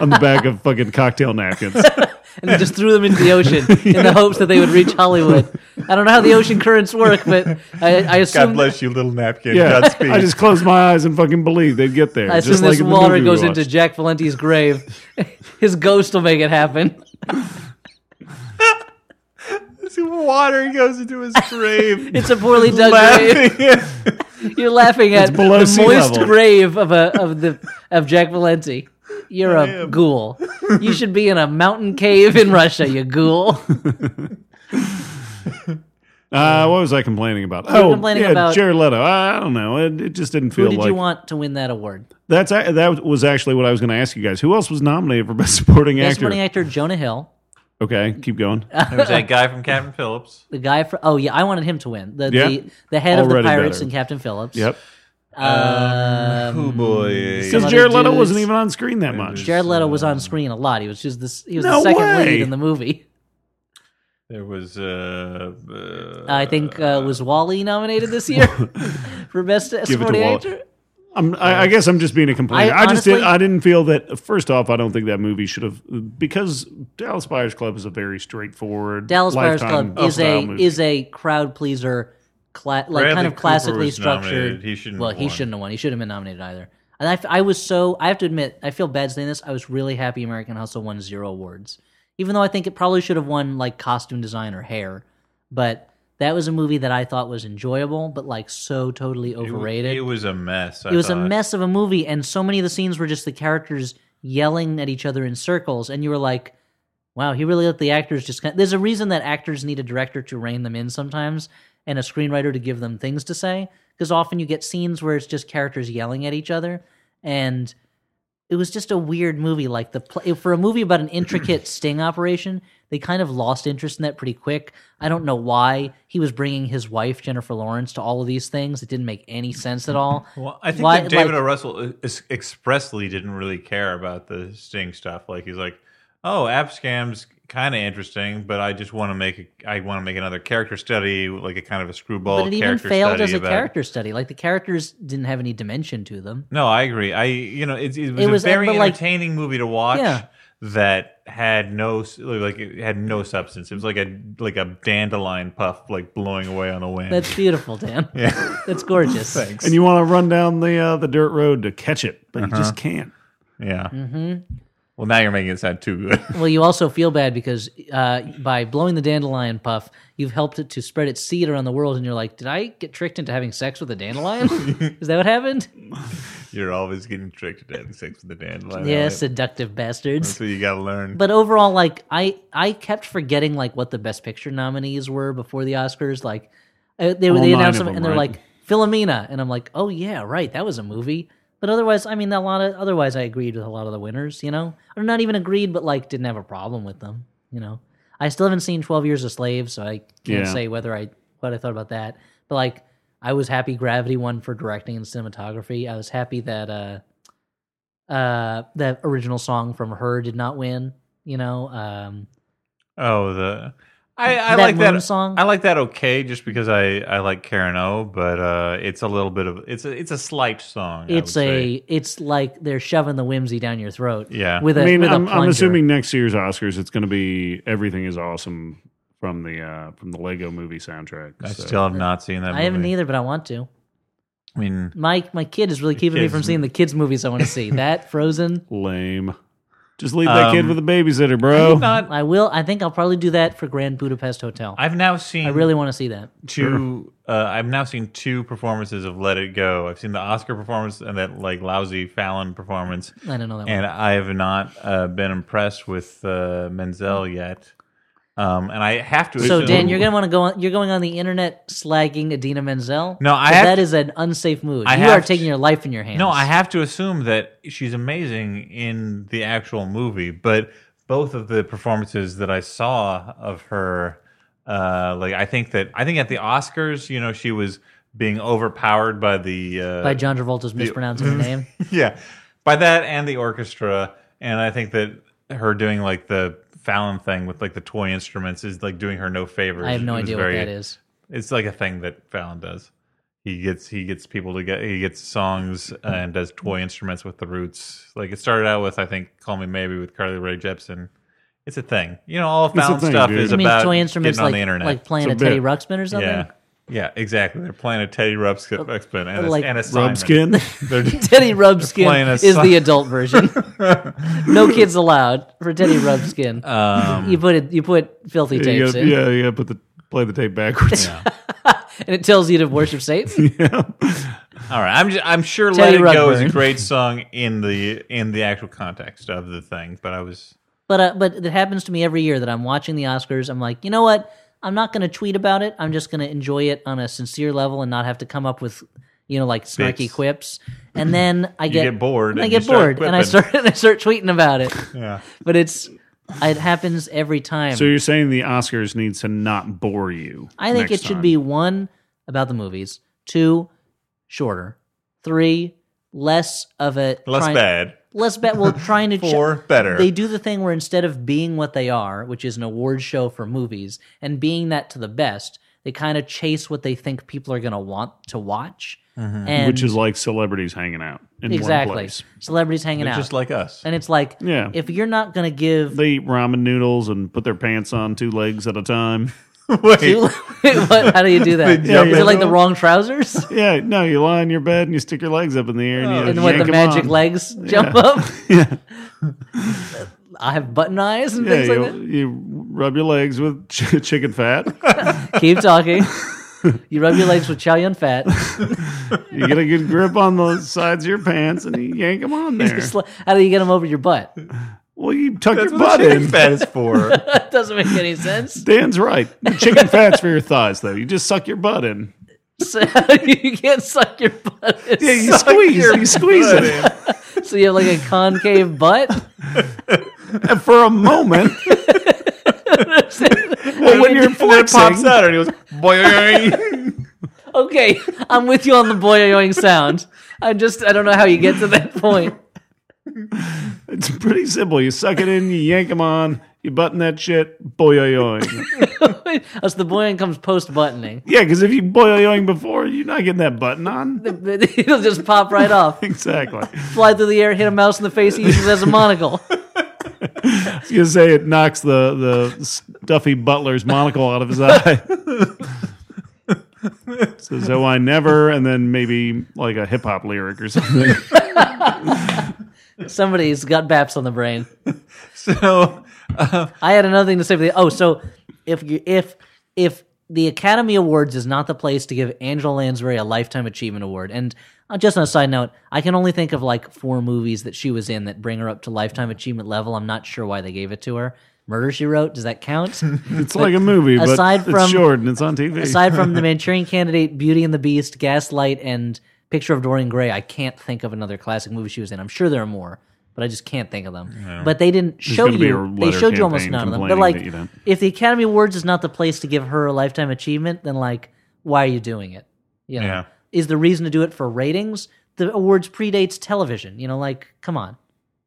[SPEAKER 2] on the back of fucking cocktail napkins.
[SPEAKER 3] And they just threw them into the ocean in the hopes that they would reach Hollywood. I don't know how the ocean currents work, but I, I
[SPEAKER 1] God
[SPEAKER 3] assume
[SPEAKER 1] bless you, little napkin.
[SPEAKER 2] Yeah,
[SPEAKER 1] Godspeed.
[SPEAKER 2] I just closed my eyes and fucking believed they'd get there.
[SPEAKER 3] I assume
[SPEAKER 2] just like
[SPEAKER 3] this
[SPEAKER 2] in the
[SPEAKER 3] water
[SPEAKER 2] movie we
[SPEAKER 3] goes
[SPEAKER 2] watched.
[SPEAKER 3] into Jack Valenti's grave. His ghost will make it happen.
[SPEAKER 1] water goes into his grave.
[SPEAKER 3] It's a poorly dug grave.
[SPEAKER 1] laughing.
[SPEAKER 3] You're laughing at
[SPEAKER 2] below
[SPEAKER 3] the
[SPEAKER 2] sea
[SPEAKER 3] moist
[SPEAKER 2] level.
[SPEAKER 3] grave of a of the of Jack Valenti. You're
[SPEAKER 1] I
[SPEAKER 3] a
[SPEAKER 1] am.
[SPEAKER 3] ghoul. You should be in a mountain cave in Russia, you ghoul.
[SPEAKER 2] Uh, what was I complaining about? oh,
[SPEAKER 3] complaining
[SPEAKER 2] yeah,
[SPEAKER 3] about-
[SPEAKER 2] Jared Leto. I, I don't know. It, it just didn't feel
[SPEAKER 3] Who did
[SPEAKER 2] like
[SPEAKER 3] you want to win that award?
[SPEAKER 2] That's a- that was actually what I was going to ask you guys. Who else was nominated for best supporting
[SPEAKER 3] Best
[SPEAKER 2] actor?
[SPEAKER 3] supporting actor Jonah Hill,
[SPEAKER 2] okay, keep going.
[SPEAKER 1] It was that guy from Captain Phillips.
[SPEAKER 3] the guy for oh yeah, I wanted him to win the
[SPEAKER 2] Yeah.
[SPEAKER 3] the, the head of
[SPEAKER 2] Already
[SPEAKER 3] the pirates
[SPEAKER 2] better.
[SPEAKER 3] and Captain Phillips.
[SPEAKER 2] yep,
[SPEAKER 3] Um,
[SPEAKER 1] Oh boy.
[SPEAKER 3] Some
[SPEAKER 2] because
[SPEAKER 3] other
[SPEAKER 2] Jared Leto
[SPEAKER 3] dudes.
[SPEAKER 2] wasn't even on screen that much.
[SPEAKER 3] Jared Leto was on screen a lot. He was just this. He was the
[SPEAKER 2] No
[SPEAKER 3] second
[SPEAKER 2] way.
[SPEAKER 3] lead in the movie.
[SPEAKER 1] There was. Uh, uh,
[SPEAKER 3] I think uh, was Wally nominated this year for best supporting
[SPEAKER 2] Wall-
[SPEAKER 3] actor.
[SPEAKER 2] I'm, I, I guess I'm just being a complainer. I,
[SPEAKER 3] I
[SPEAKER 2] just did,
[SPEAKER 3] honestly-
[SPEAKER 2] I didn't feel that. First off, I don't think that movie should have because Dallas Buyers Club is a very straightforward
[SPEAKER 3] Dallas Buyers
[SPEAKER 2] Lifetime
[SPEAKER 3] Club is
[SPEAKER 2] style
[SPEAKER 3] a
[SPEAKER 2] movie.
[SPEAKER 3] is a crowd pleaser, cla- like
[SPEAKER 1] Bradley
[SPEAKER 3] kind of
[SPEAKER 1] Cooper
[SPEAKER 3] classically
[SPEAKER 1] was nominated.
[SPEAKER 3] structured.
[SPEAKER 1] He shouldn't
[SPEAKER 3] well,
[SPEAKER 1] have
[SPEAKER 3] he
[SPEAKER 1] won.
[SPEAKER 3] shouldn't have won. He shouldn't have been nominated either. And I, f- I was so I have to admit I feel bad saying this. I was really happy American Hustle won zero awards, even though I think it probably should have won like costume design or hair. But that was a movie that I thought was enjoyable, but like so totally
[SPEAKER 1] It wa-
[SPEAKER 3] overrated.
[SPEAKER 1] It was a mess. I
[SPEAKER 3] It was a
[SPEAKER 1] thought.
[SPEAKER 3] mess of a movie, and so many of the scenes were just the characters yelling at each other in circles, and you were like, wow, he really let the actors just. Kind there's a reason that actors need a director to rein them in sometimes, and a screenwriter to give them things to say, because often you get scenes where it's just characters yelling at each other, and it was just a weird movie. Like the pl- for a movie about an intricate sting operation, they kind of lost interest in that pretty quick. I don't know why he was bringing his wife Jennifer Lawrence to all of these things. It didn't make any sense at all.
[SPEAKER 1] Well, I think
[SPEAKER 3] Why-
[SPEAKER 1] that David
[SPEAKER 3] like-
[SPEAKER 1] O. Russell is expressly didn't really care about the Sting stuff. Like he's like, oh, app scams kind of interesting, but I just want to make a, I want to make another character study, like a kind of a screwball.
[SPEAKER 3] but it even
[SPEAKER 1] character
[SPEAKER 3] failed
[SPEAKER 1] study
[SPEAKER 3] as a
[SPEAKER 1] about-
[SPEAKER 3] character study. Like the characters didn't have any dimension to them.
[SPEAKER 1] No, I agree. I you know it, it was
[SPEAKER 3] It was-
[SPEAKER 1] a very
[SPEAKER 3] but, like-
[SPEAKER 1] entertaining movie to watch.
[SPEAKER 3] Yeah.
[SPEAKER 1] That had no s- like it had no substance. It was like a like a dandelion puff like blowing away on a wind.
[SPEAKER 3] That's beautiful, Dan.
[SPEAKER 1] yeah,
[SPEAKER 3] That's gorgeous.
[SPEAKER 1] thanks.
[SPEAKER 2] And you want to run down the uh, the dirt road to catch it, but you
[SPEAKER 3] Uh-huh.
[SPEAKER 2] just can't.
[SPEAKER 1] yeah. Mm-hmm. Well, now you're making it sound too good.
[SPEAKER 3] Well, you also feel bad because uh, by blowing the dandelion puff, you've helped it to spread its seed around the world, and you're like, did I get tricked into having sex with a dandelion? Is that what happened?
[SPEAKER 1] You're always getting tricked into having sex with the dandelion.
[SPEAKER 3] Yeah,
[SPEAKER 1] That's
[SPEAKER 3] seductive bastards.
[SPEAKER 1] what you gotta learn.
[SPEAKER 3] But overall, like I, I kept forgetting like what the Best Picture nominees were before the Oscars. Like I, they
[SPEAKER 2] All
[SPEAKER 3] they
[SPEAKER 2] nine
[SPEAKER 3] announced
[SPEAKER 2] of
[SPEAKER 3] them,
[SPEAKER 2] them,
[SPEAKER 3] and they're
[SPEAKER 2] right?
[SPEAKER 3] like Philomena, and I'm like, oh yeah, right, that was a movie. But otherwise, I mean, a lot of otherwise, I agreed with a lot of the winners. You know, or not even agreed, but like didn't have a problem with them. You know, I still haven't seen Twelve Years a Slave, so I can't
[SPEAKER 2] Yeah.
[SPEAKER 3] say whether I what I thought about that. But like, I was happy Gravity won for directing and cinematography. I was happy that. uh uh that original song from her did not win you know um
[SPEAKER 1] oh, the I, I
[SPEAKER 3] That
[SPEAKER 1] like
[SPEAKER 3] Moon
[SPEAKER 1] that
[SPEAKER 3] song?
[SPEAKER 1] I like that okay, just because I I like Karen O, but uh, it's a little bit of it's a it's a slight song. I
[SPEAKER 3] it's
[SPEAKER 1] would
[SPEAKER 3] a
[SPEAKER 1] say.
[SPEAKER 3] it's like they're shoving the whimsy down your throat
[SPEAKER 1] Yeah.
[SPEAKER 3] with a
[SPEAKER 2] I mean,
[SPEAKER 3] with a
[SPEAKER 2] I'm, I'm
[SPEAKER 3] plunger.
[SPEAKER 2] assuming next year's Oscars, it's going to be everything is awesome from the uh, from the Lego Movie soundtrack.
[SPEAKER 1] I
[SPEAKER 2] so.
[SPEAKER 1] still have not seen that.
[SPEAKER 3] i haven't
[SPEAKER 1] movie.
[SPEAKER 3] either but i want to
[SPEAKER 1] I mean,
[SPEAKER 3] my my kid is really keeping me
[SPEAKER 1] kids-
[SPEAKER 3] from seeing the kids movies i want to see that frozen
[SPEAKER 2] lame. Just leave that kid
[SPEAKER 1] Um,
[SPEAKER 2] with a babysitter, bro.
[SPEAKER 1] not.
[SPEAKER 3] i will i think i'll probably do that for grand budapest hotel i,
[SPEAKER 1] I've now seen.
[SPEAKER 3] really want to see that
[SPEAKER 1] two. Uh, I've now seen two performances of Let It Go. I've seen the Oscar performance and that like lousy Fallon performance,
[SPEAKER 3] i don't know that one
[SPEAKER 1] and I have not uh, been impressed with uh, Menzel yet. Um, and I have to.
[SPEAKER 3] so
[SPEAKER 1] assume-
[SPEAKER 3] dan you're gonna want to go on you're going on the internet slagging adina menzel
[SPEAKER 1] No, I
[SPEAKER 3] So
[SPEAKER 1] have
[SPEAKER 3] that
[SPEAKER 1] to-
[SPEAKER 3] is an unsafe move
[SPEAKER 1] I
[SPEAKER 3] you are
[SPEAKER 1] have
[SPEAKER 3] taking
[SPEAKER 1] to-
[SPEAKER 3] your life in your hands
[SPEAKER 1] No, I have to assume that she's amazing in the actual movie, but both of the performances that I saw of her, uh, like I think that I think at the Oscars, you know, she was being overpowered by the uh,
[SPEAKER 3] by john travolta's mispronouncing her name
[SPEAKER 1] yeah, by that and the orchestra, and I think that her doing like the Fallon thing with like the toy instruments is like doing her no favors.
[SPEAKER 3] i have no
[SPEAKER 1] It was
[SPEAKER 3] idea
[SPEAKER 1] very-
[SPEAKER 3] what that is
[SPEAKER 1] it's like a thing that Fallon does. He gets he gets people to get he gets songs and does toy instruments with the roots. Like it started out with I think "Call Me Maybe" with Carly Rae Jepsen. It's a thing, you know. All of
[SPEAKER 2] a
[SPEAKER 1] Fallon
[SPEAKER 2] thing,
[SPEAKER 1] stuff
[SPEAKER 2] dude.
[SPEAKER 1] is
[SPEAKER 2] You
[SPEAKER 3] I mean,
[SPEAKER 1] about
[SPEAKER 3] toy instruments
[SPEAKER 1] getting on
[SPEAKER 3] like,
[SPEAKER 1] the internet.
[SPEAKER 3] like playing a
[SPEAKER 2] It's a
[SPEAKER 3] Teddy
[SPEAKER 2] bit.
[SPEAKER 3] Ruxpin or something.
[SPEAKER 1] yeah, yeah, exactly. They're playing a Teddy Ruxpin experiment and, a-
[SPEAKER 3] like-
[SPEAKER 1] and a Simon.
[SPEAKER 2] Rub skin.
[SPEAKER 1] They're just-
[SPEAKER 3] Teddy
[SPEAKER 1] Playing a
[SPEAKER 3] Rubskin is
[SPEAKER 1] song.
[SPEAKER 3] the adult version. no kids allowed for Teddy Rubskin.
[SPEAKER 1] um,
[SPEAKER 3] you put it, you put filthy
[SPEAKER 2] you
[SPEAKER 3] tapes
[SPEAKER 2] gotta,
[SPEAKER 3] in,
[SPEAKER 2] yeah, you gotta put the play the tape backwards.
[SPEAKER 3] and it tells you to worship Satan.
[SPEAKER 1] all right, I'm just, I'm sure
[SPEAKER 3] Teddy
[SPEAKER 1] "Let It Go" is a
[SPEAKER 3] Ruxpin.
[SPEAKER 1] great song in the in the actual context of the thing, but I was
[SPEAKER 3] but uh, but it happens to me every year that I'm watching the Oscars. I'm like, you know what? I'm not going to tweet about it. I'm just going to enjoy it on a sincere level and not have to come up with you know like snarky
[SPEAKER 1] Bits.
[SPEAKER 3] quips. And then I get,
[SPEAKER 1] get bored
[SPEAKER 3] And I
[SPEAKER 1] and you
[SPEAKER 3] get
[SPEAKER 1] start
[SPEAKER 3] bored, and I
[SPEAKER 1] quipping.
[SPEAKER 3] start and I start tweeting about it.
[SPEAKER 1] yeah.
[SPEAKER 3] But it's it happens every time.
[SPEAKER 2] so you're saying the Oscars needs to not bore you?
[SPEAKER 3] I think it
[SPEAKER 2] next
[SPEAKER 3] should
[SPEAKER 2] time.
[SPEAKER 3] be one about the movies, two shorter, three less of a
[SPEAKER 1] Less
[SPEAKER 3] trying-
[SPEAKER 1] bad,
[SPEAKER 3] Less bad. Well, trying to ch-
[SPEAKER 1] four better.
[SPEAKER 3] They do the thing where instead of being what they are, which is an award show for movies, and being that to the best, they kind of chase what they think people are going to want to watch, and
[SPEAKER 2] Mm-hmm. which is like celebrities hanging out in one
[SPEAKER 3] exactly
[SPEAKER 2] place.
[SPEAKER 3] celebrities hanging out,
[SPEAKER 1] just like us.
[SPEAKER 3] and it's like
[SPEAKER 2] Yeah.
[SPEAKER 3] if you're not going to give
[SPEAKER 2] They eat ramen noodles and put their pants on two legs at a time.
[SPEAKER 1] Wait,
[SPEAKER 3] what, how do you do that?
[SPEAKER 1] They jump
[SPEAKER 3] is it like
[SPEAKER 1] into
[SPEAKER 3] the
[SPEAKER 1] them?
[SPEAKER 3] wrong trousers?
[SPEAKER 2] Yeah, no, you lie in your bed and you stick your legs up in the air and you
[SPEAKER 3] and
[SPEAKER 2] yank
[SPEAKER 3] what the
[SPEAKER 2] 'em
[SPEAKER 3] magic
[SPEAKER 2] on.
[SPEAKER 3] legs jump up. I have button eyes and
[SPEAKER 2] Yeah,
[SPEAKER 3] things like
[SPEAKER 2] you, you rub your legs with ch- chicken fat.
[SPEAKER 3] that. Keep talking. You rub your legs with chow yun fat.
[SPEAKER 2] You get a good grip on the sides of your pants and you yank them on there.
[SPEAKER 3] It's like- How do you get them over your butt?
[SPEAKER 2] Well, you tuck
[SPEAKER 1] That's
[SPEAKER 2] your
[SPEAKER 1] what
[SPEAKER 2] butt
[SPEAKER 1] the chicken
[SPEAKER 2] in.
[SPEAKER 1] fat is for.
[SPEAKER 3] that doesn't make any sense.
[SPEAKER 2] Dan's right. Chicken fat's for your thighs, though. You just suck your butt in.
[SPEAKER 3] So you can't suck your butt.
[SPEAKER 2] Yeah, you
[SPEAKER 1] Suck
[SPEAKER 2] squeeze.
[SPEAKER 1] your
[SPEAKER 2] You squeeze
[SPEAKER 1] butt
[SPEAKER 2] it
[SPEAKER 1] in.
[SPEAKER 3] So you have like a concave butt.
[SPEAKER 2] And for a moment. well, when you're
[SPEAKER 1] And then it pops
[SPEAKER 2] flexing,
[SPEAKER 1] out and he goes, boing.
[SPEAKER 3] Okay, I'm with you on the boyoing sound. I just I don't know how you get to that point.
[SPEAKER 2] it's pretty simple. You suck it in, you yank them on, you button that shit, boyoyoing.
[SPEAKER 3] As the boyoing comes post buttoning,
[SPEAKER 2] yeah, because if you boyoyoing before, you're not getting that button on.
[SPEAKER 3] it'll just pop right off,
[SPEAKER 2] Exactly.
[SPEAKER 3] fly through the air, hit a mouse in the face, he uses it as a monocle.
[SPEAKER 2] I was gonna say it knocks the the stuffy butler's monocle out of his eye. so, so I never, and then maybe like a hip hop lyric or something.
[SPEAKER 3] Somebody's got baps on the brain.
[SPEAKER 1] So
[SPEAKER 3] I had another thing to say. For the, oh, so if you, if if the Academy Awards is not the place to give Angela Lansbury a Lifetime Achievement Award, and uh, just on a side note, I can only think of like four movies that she was in that bring her up to Lifetime Achievement level. I'm not sure why they gave it to her. Murder She Wrote. Does that count?
[SPEAKER 2] It's like a movie, but
[SPEAKER 3] aside from-
[SPEAKER 2] it's short and it's on TV.
[SPEAKER 3] Aside from The Manchurian Candidate, Beauty and the Beast, Gaslight, and Picture of Dorian Gray, I can't think of another classic movie she was in. I'm sure there are more, but I just can't think of them. But they didn't show
[SPEAKER 2] gonna be a
[SPEAKER 3] you. They
[SPEAKER 2] letter
[SPEAKER 3] showed you almost
[SPEAKER 2] campaign
[SPEAKER 3] none of them. But
[SPEAKER 2] complaining
[SPEAKER 3] like,
[SPEAKER 2] that you don't.
[SPEAKER 3] if the Academy Awards is not the place to give her a lifetime achievement, then like, why are you doing it? You know?
[SPEAKER 1] Yeah.
[SPEAKER 3] Is the reason to do it for ratings? The awards predates television. You know, like, come on.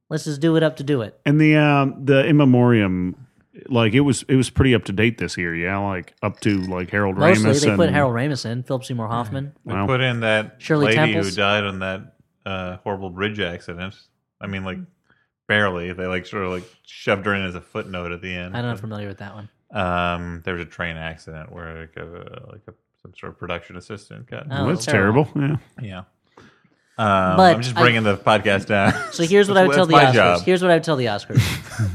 [SPEAKER 3] Let's just do it up to do it.
[SPEAKER 2] and the um, the in memoriam, like it was it was pretty up to date this year. Yeah, like up to like Harold
[SPEAKER 3] Mostly
[SPEAKER 2] Ramis
[SPEAKER 3] they
[SPEAKER 2] and
[SPEAKER 3] put Harold Ramis in, Philip Seymour Hoffman.
[SPEAKER 1] they
[SPEAKER 2] Wow.
[SPEAKER 1] put in that
[SPEAKER 3] Shirley
[SPEAKER 1] lady
[SPEAKER 3] Temples.
[SPEAKER 1] who died on that uh, horrible bridge accident. I mean, like barely. They like sort of like shoved her in as a footnote at the end.
[SPEAKER 3] I don't know if I'm familiar with that one.
[SPEAKER 1] Um, there was a train accident where like a, like a, some sort of production assistant got.
[SPEAKER 2] Well,
[SPEAKER 3] Oh.
[SPEAKER 2] that's
[SPEAKER 3] Terrible.
[SPEAKER 2] terrible. Yeah.
[SPEAKER 1] Yeah. Um,
[SPEAKER 3] But
[SPEAKER 1] I'm just
[SPEAKER 3] I-
[SPEAKER 1] bringing the podcast down.
[SPEAKER 3] So here's what I would tell the
[SPEAKER 1] my
[SPEAKER 3] Oscars.
[SPEAKER 1] job.
[SPEAKER 3] Here's what I would tell the Oscars.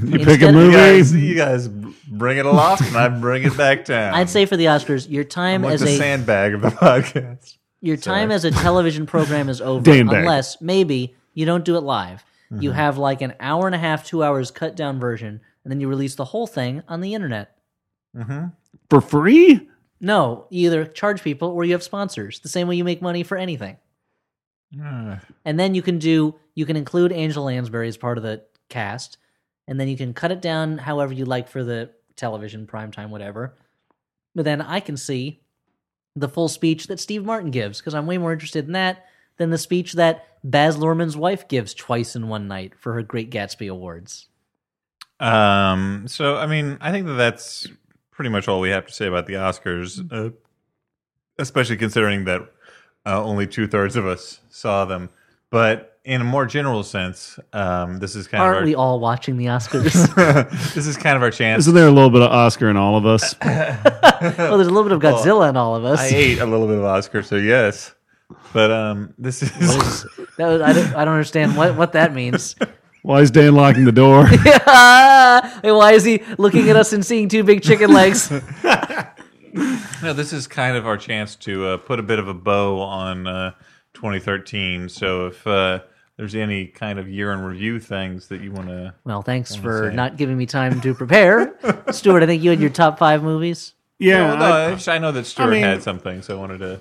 [SPEAKER 2] You pick a
[SPEAKER 3] Instead-
[SPEAKER 1] You
[SPEAKER 2] movie.
[SPEAKER 1] guys, you guys bring it aloft, and I bring it back down.
[SPEAKER 3] I'd say for the Oscars, your time
[SPEAKER 1] I'm like
[SPEAKER 3] as
[SPEAKER 1] the
[SPEAKER 3] a
[SPEAKER 1] sandbag of the podcast.
[SPEAKER 3] your time as a television program is over
[SPEAKER 2] Damn bag.
[SPEAKER 3] unless maybe you don't do it live. You
[SPEAKER 1] Mm-hmm.
[SPEAKER 3] have like an hour and a half, two hours cut down version, and then you release the whole thing on the internet. Mm-hmm.
[SPEAKER 2] for free.
[SPEAKER 3] No, you either charge people or you have sponsors, the same way you make money for anything. And then you can do you can include Angela Lansbury as part of the cast, and then you can cut it down however you like for the television, primetime, whatever. But then I can see the full speech that Steve Martin gives because I'm way more interested in that than the speech that Baz Luhrmann's wife gives twice in one night for her Great Gatsby awards.
[SPEAKER 1] Um, so I mean, I think that that's pretty much all we have to say about the Oscars, uh, especially considering that uh, only two thirds of us saw them. But in a more general sense, um, this is kind
[SPEAKER 3] Aren't we
[SPEAKER 1] of
[SPEAKER 3] all watching the Oscars?
[SPEAKER 1] our, this is kind of our chance.
[SPEAKER 2] Isn't there a little bit of Oscar in all of us?
[SPEAKER 3] well, Oh, there's a little bit of Godzilla in all of us.
[SPEAKER 1] I ate a little bit of Oscar, so yes. But um, this is
[SPEAKER 3] that was, I, don't, I don't understand what, what that means.
[SPEAKER 2] Why is Dan locking the door?
[SPEAKER 3] Ah, why is he looking at us and seeing two big chicken legs?
[SPEAKER 1] no, this is kind of our chance to uh, put a bit of a bow on uh, 2013. So if uh, there's any kind of year in review things that you want to
[SPEAKER 3] Well, thanks for
[SPEAKER 1] say.
[SPEAKER 3] not giving me time to prepare. Stuart, I think you had your top five movies
[SPEAKER 2] Yeah,
[SPEAKER 1] Well, no,
[SPEAKER 2] I-
[SPEAKER 1] I, just- I know that Stuart
[SPEAKER 2] mean-
[SPEAKER 1] had something, so I wanted to.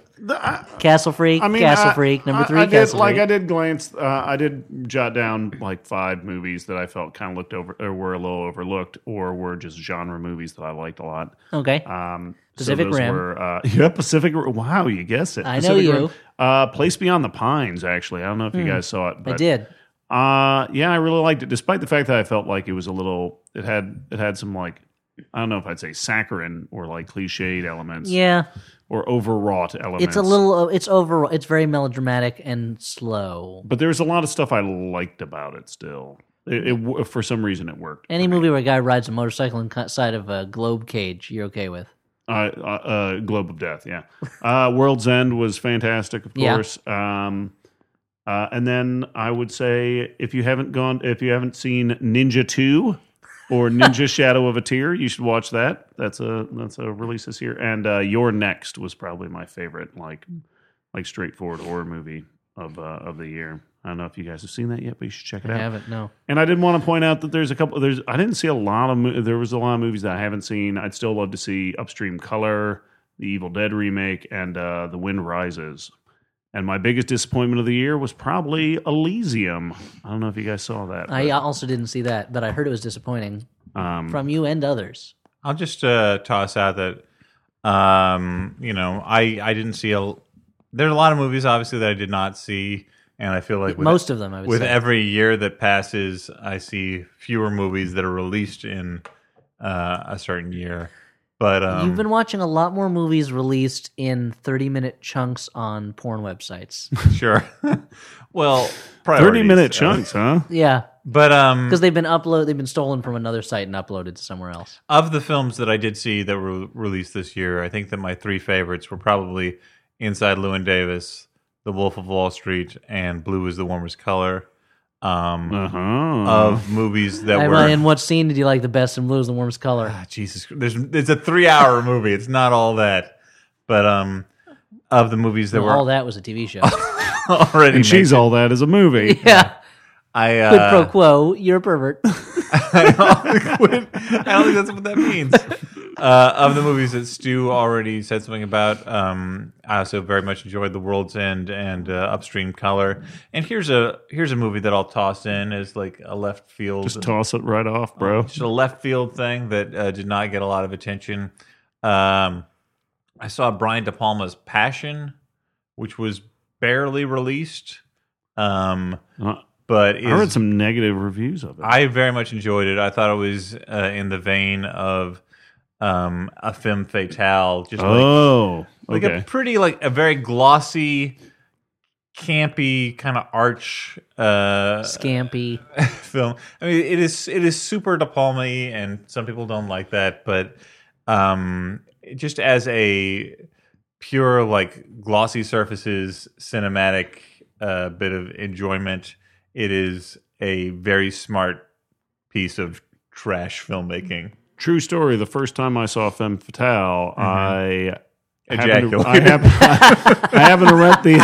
[SPEAKER 3] Castle Freak,
[SPEAKER 2] I mean,
[SPEAKER 3] Castle
[SPEAKER 2] I-
[SPEAKER 3] Freak, number
[SPEAKER 2] I-
[SPEAKER 3] three,
[SPEAKER 2] I, did,
[SPEAKER 3] Castle
[SPEAKER 2] like
[SPEAKER 3] Freak.
[SPEAKER 2] I did glance. Uh, I did jot down like five movies that I felt kind of looked over, or were a little overlooked, or were just genre movies that I liked a lot.
[SPEAKER 3] okay.
[SPEAKER 2] Um,
[SPEAKER 3] Pacific
[SPEAKER 2] those
[SPEAKER 3] Rim.
[SPEAKER 2] Were, uh, yeah, Pacific. Rim. Wow, you guess it.
[SPEAKER 3] I know
[SPEAKER 2] Pacific
[SPEAKER 3] you. Hmm.
[SPEAKER 2] Rim. Uh, Place Beyond the Pines. Actually, I don't know if you guys saw it. But,
[SPEAKER 3] I did.
[SPEAKER 2] Uh, yeah, I really liked it, despite the fact that I felt like it was a little. It had it had some like I don't know if I'd say saccharine or like cliched elements
[SPEAKER 3] Yeah.
[SPEAKER 2] or overwrought elements.
[SPEAKER 3] It's a little, uh, it's over, it's very melodramatic and slow.
[SPEAKER 2] but there was a lot of stuff I liked about it. Still, it, it wo- for some reason it worked.
[SPEAKER 3] Any movie where a guy rides a motorcycle inside of a globe cage, you're okay with.
[SPEAKER 2] Uh, uh, uh, Globe of Death, yeah. Uh, World's End was fantastic, of
[SPEAKER 3] Yeah.
[SPEAKER 2] course. Um, uh, and then I would say if you haven't gone, if you haven't seen Ninja Two or Ninja Shadow of a Tear, you should watch that. That's a that's a release this year. And uh, Your Next was probably my favorite, like like straightforward horror movie of uh, of the year. I don't know if you guys have seen that yet, but you should check it
[SPEAKER 3] I
[SPEAKER 2] out.
[SPEAKER 3] haven't. No.
[SPEAKER 2] And I did want to point out that there's a couple. There's I didn't see a lot of. mo- There was a lot of movies that I haven't seen. I'd still love to see Upstream Color, the Evil Dead remake, and uh, The Wind Rises. And my biggest disappointment of the year was probably Elysium. I don't know if you guys saw that.
[SPEAKER 3] I also didn't see that, but I heard it was disappointing
[SPEAKER 2] but, um,
[SPEAKER 3] from you and others.
[SPEAKER 1] I'll just uh, toss out that um, you know I I didn't see a there are a lot of movies obviously that I did not see, and I feel like with,
[SPEAKER 3] Most of them, I would
[SPEAKER 1] with
[SPEAKER 3] say.
[SPEAKER 1] every year that passes, I see fewer movies that are released in uh, a certain year. But um,
[SPEAKER 3] You've been watching a lot more movies released in 30 minute chunks on porn websites.
[SPEAKER 1] sure, well,
[SPEAKER 2] Thirty minute
[SPEAKER 1] priorities, uh,
[SPEAKER 2] chunks, huh?
[SPEAKER 3] yeah,
[SPEAKER 1] But um,
[SPEAKER 3] because they've been upload they've been stolen from another site and uploaded to somewhere else.
[SPEAKER 1] of the films that I did see that were released this year, I think that my three favorites were probably Inside Llewyn Davis, The Wolf of Wall Street, and Blue is the Warmest Color. Um,
[SPEAKER 2] Uh huh.
[SPEAKER 1] Of movies that
[SPEAKER 3] Hey,
[SPEAKER 1] were
[SPEAKER 3] Ryan, what scene did you like the best in Blue is the warmest color?
[SPEAKER 1] Ah, Jesus, Christ. there's it's a three hour movie. It's not all that, but um, of the movies that
[SPEAKER 3] Well, all
[SPEAKER 1] were Oh,
[SPEAKER 3] that was a TV show.
[SPEAKER 1] already,
[SPEAKER 2] and she's
[SPEAKER 1] mentioned,
[SPEAKER 2] all that is a movie.
[SPEAKER 3] yeah,
[SPEAKER 1] I
[SPEAKER 3] quid
[SPEAKER 1] uh,
[SPEAKER 3] pro quo. You're a pervert.
[SPEAKER 1] I don't quit. I don't think that's what that means. Uh, of the movies that Stu already said something about, um, I also very much enjoyed The World's End and uh, Upstream Color. And here's a here's a movie that I'll toss in as like a left field,
[SPEAKER 2] Just toss it right off, bro.
[SPEAKER 1] just a left field thing that uh, did not get a lot of attention. Um, I saw Brian De Palma's Passion, which was barely released, um,
[SPEAKER 2] Uh,
[SPEAKER 1] but is
[SPEAKER 2] I heard some negative reviews of it.
[SPEAKER 1] I very much enjoyed it. I thought it was uh, in the vein of um, a femme fatale, just
[SPEAKER 2] oh,
[SPEAKER 1] like, like
[SPEAKER 2] okay.
[SPEAKER 1] a pretty, like a very glossy, campy kind of arch uh,
[SPEAKER 3] Scampy.
[SPEAKER 1] film. I mean, it is it is super De Palma and some people don't like that, but um, it just as a pure like glossy surfaces cinematic uh, bit of enjoyment, it is a very smart piece of trash filmmaking.
[SPEAKER 2] True story. The first time I saw Femme Fatale, I. Happened to,
[SPEAKER 1] Ejaculated.
[SPEAKER 2] I, happened, I happened to rent the.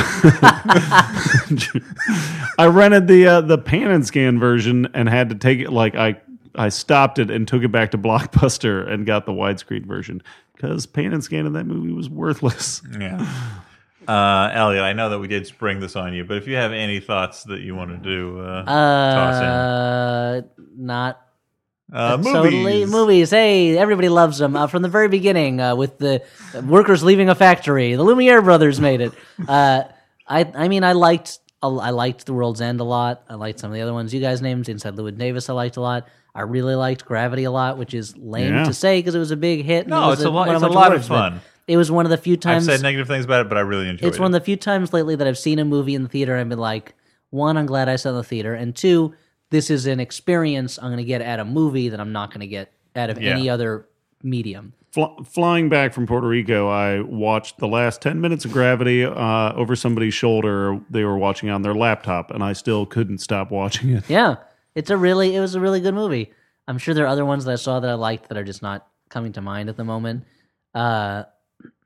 [SPEAKER 2] I rented the uh, the pan and scan version and had to take it like I I stopped it and took it back to Blockbuster and got the widescreen version because pan and scan in that movie was worthless.
[SPEAKER 1] Yeah. Uh, Elliot, I know that we did spring this on you, but if you have any thoughts that you want to do, uh, toss in.
[SPEAKER 3] Uh, not
[SPEAKER 1] Uh, movies.
[SPEAKER 3] Totally movies. Hey, everybody loves them uh, from the very beginning. Uh, with the workers leaving a factory, the Lumiere brothers made it. Uh, I I mean, I liked I liked The World's End a lot. I liked some of the other ones you guys named. Inside Llewyn Davis, I liked a lot. I really liked Gravity a lot, which is lame
[SPEAKER 2] Yeah.
[SPEAKER 3] to say because it was a big hit. and
[SPEAKER 1] No,
[SPEAKER 3] it was
[SPEAKER 1] it's a lo-
[SPEAKER 3] won
[SPEAKER 1] it's a
[SPEAKER 3] bunch
[SPEAKER 1] lot of
[SPEAKER 3] awards, but
[SPEAKER 1] fun.
[SPEAKER 3] It was one of the few
[SPEAKER 1] I've
[SPEAKER 3] times
[SPEAKER 1] said negative things about it, but I really enjoyed
[SPEAKER 3] it's
[SPEAKER 1] it.
[SPEAKER 3] one of the few times lately that I've seen a movie in the theater and been like, one, I'm glad I saw it in the theater, and two, this is an experience I'm going to get at a movie that I'm not going to get out of
[SPEAKER 1] Yeah.
[SPEAKER 3] any other medium.
[SPEAKER 2] Fl- flying back from Puerto Rico, I watched the last 10 minutes of Gravity uh, over somebody's shoulder. They were watching on their laptop, and I still couldn't stop watching it.
[SPEAKER 3] Yeah, it's a really it was a really good movie. I'm sure there are other ones that I saw that I liked that are just not coming to mind at the moment. Uh,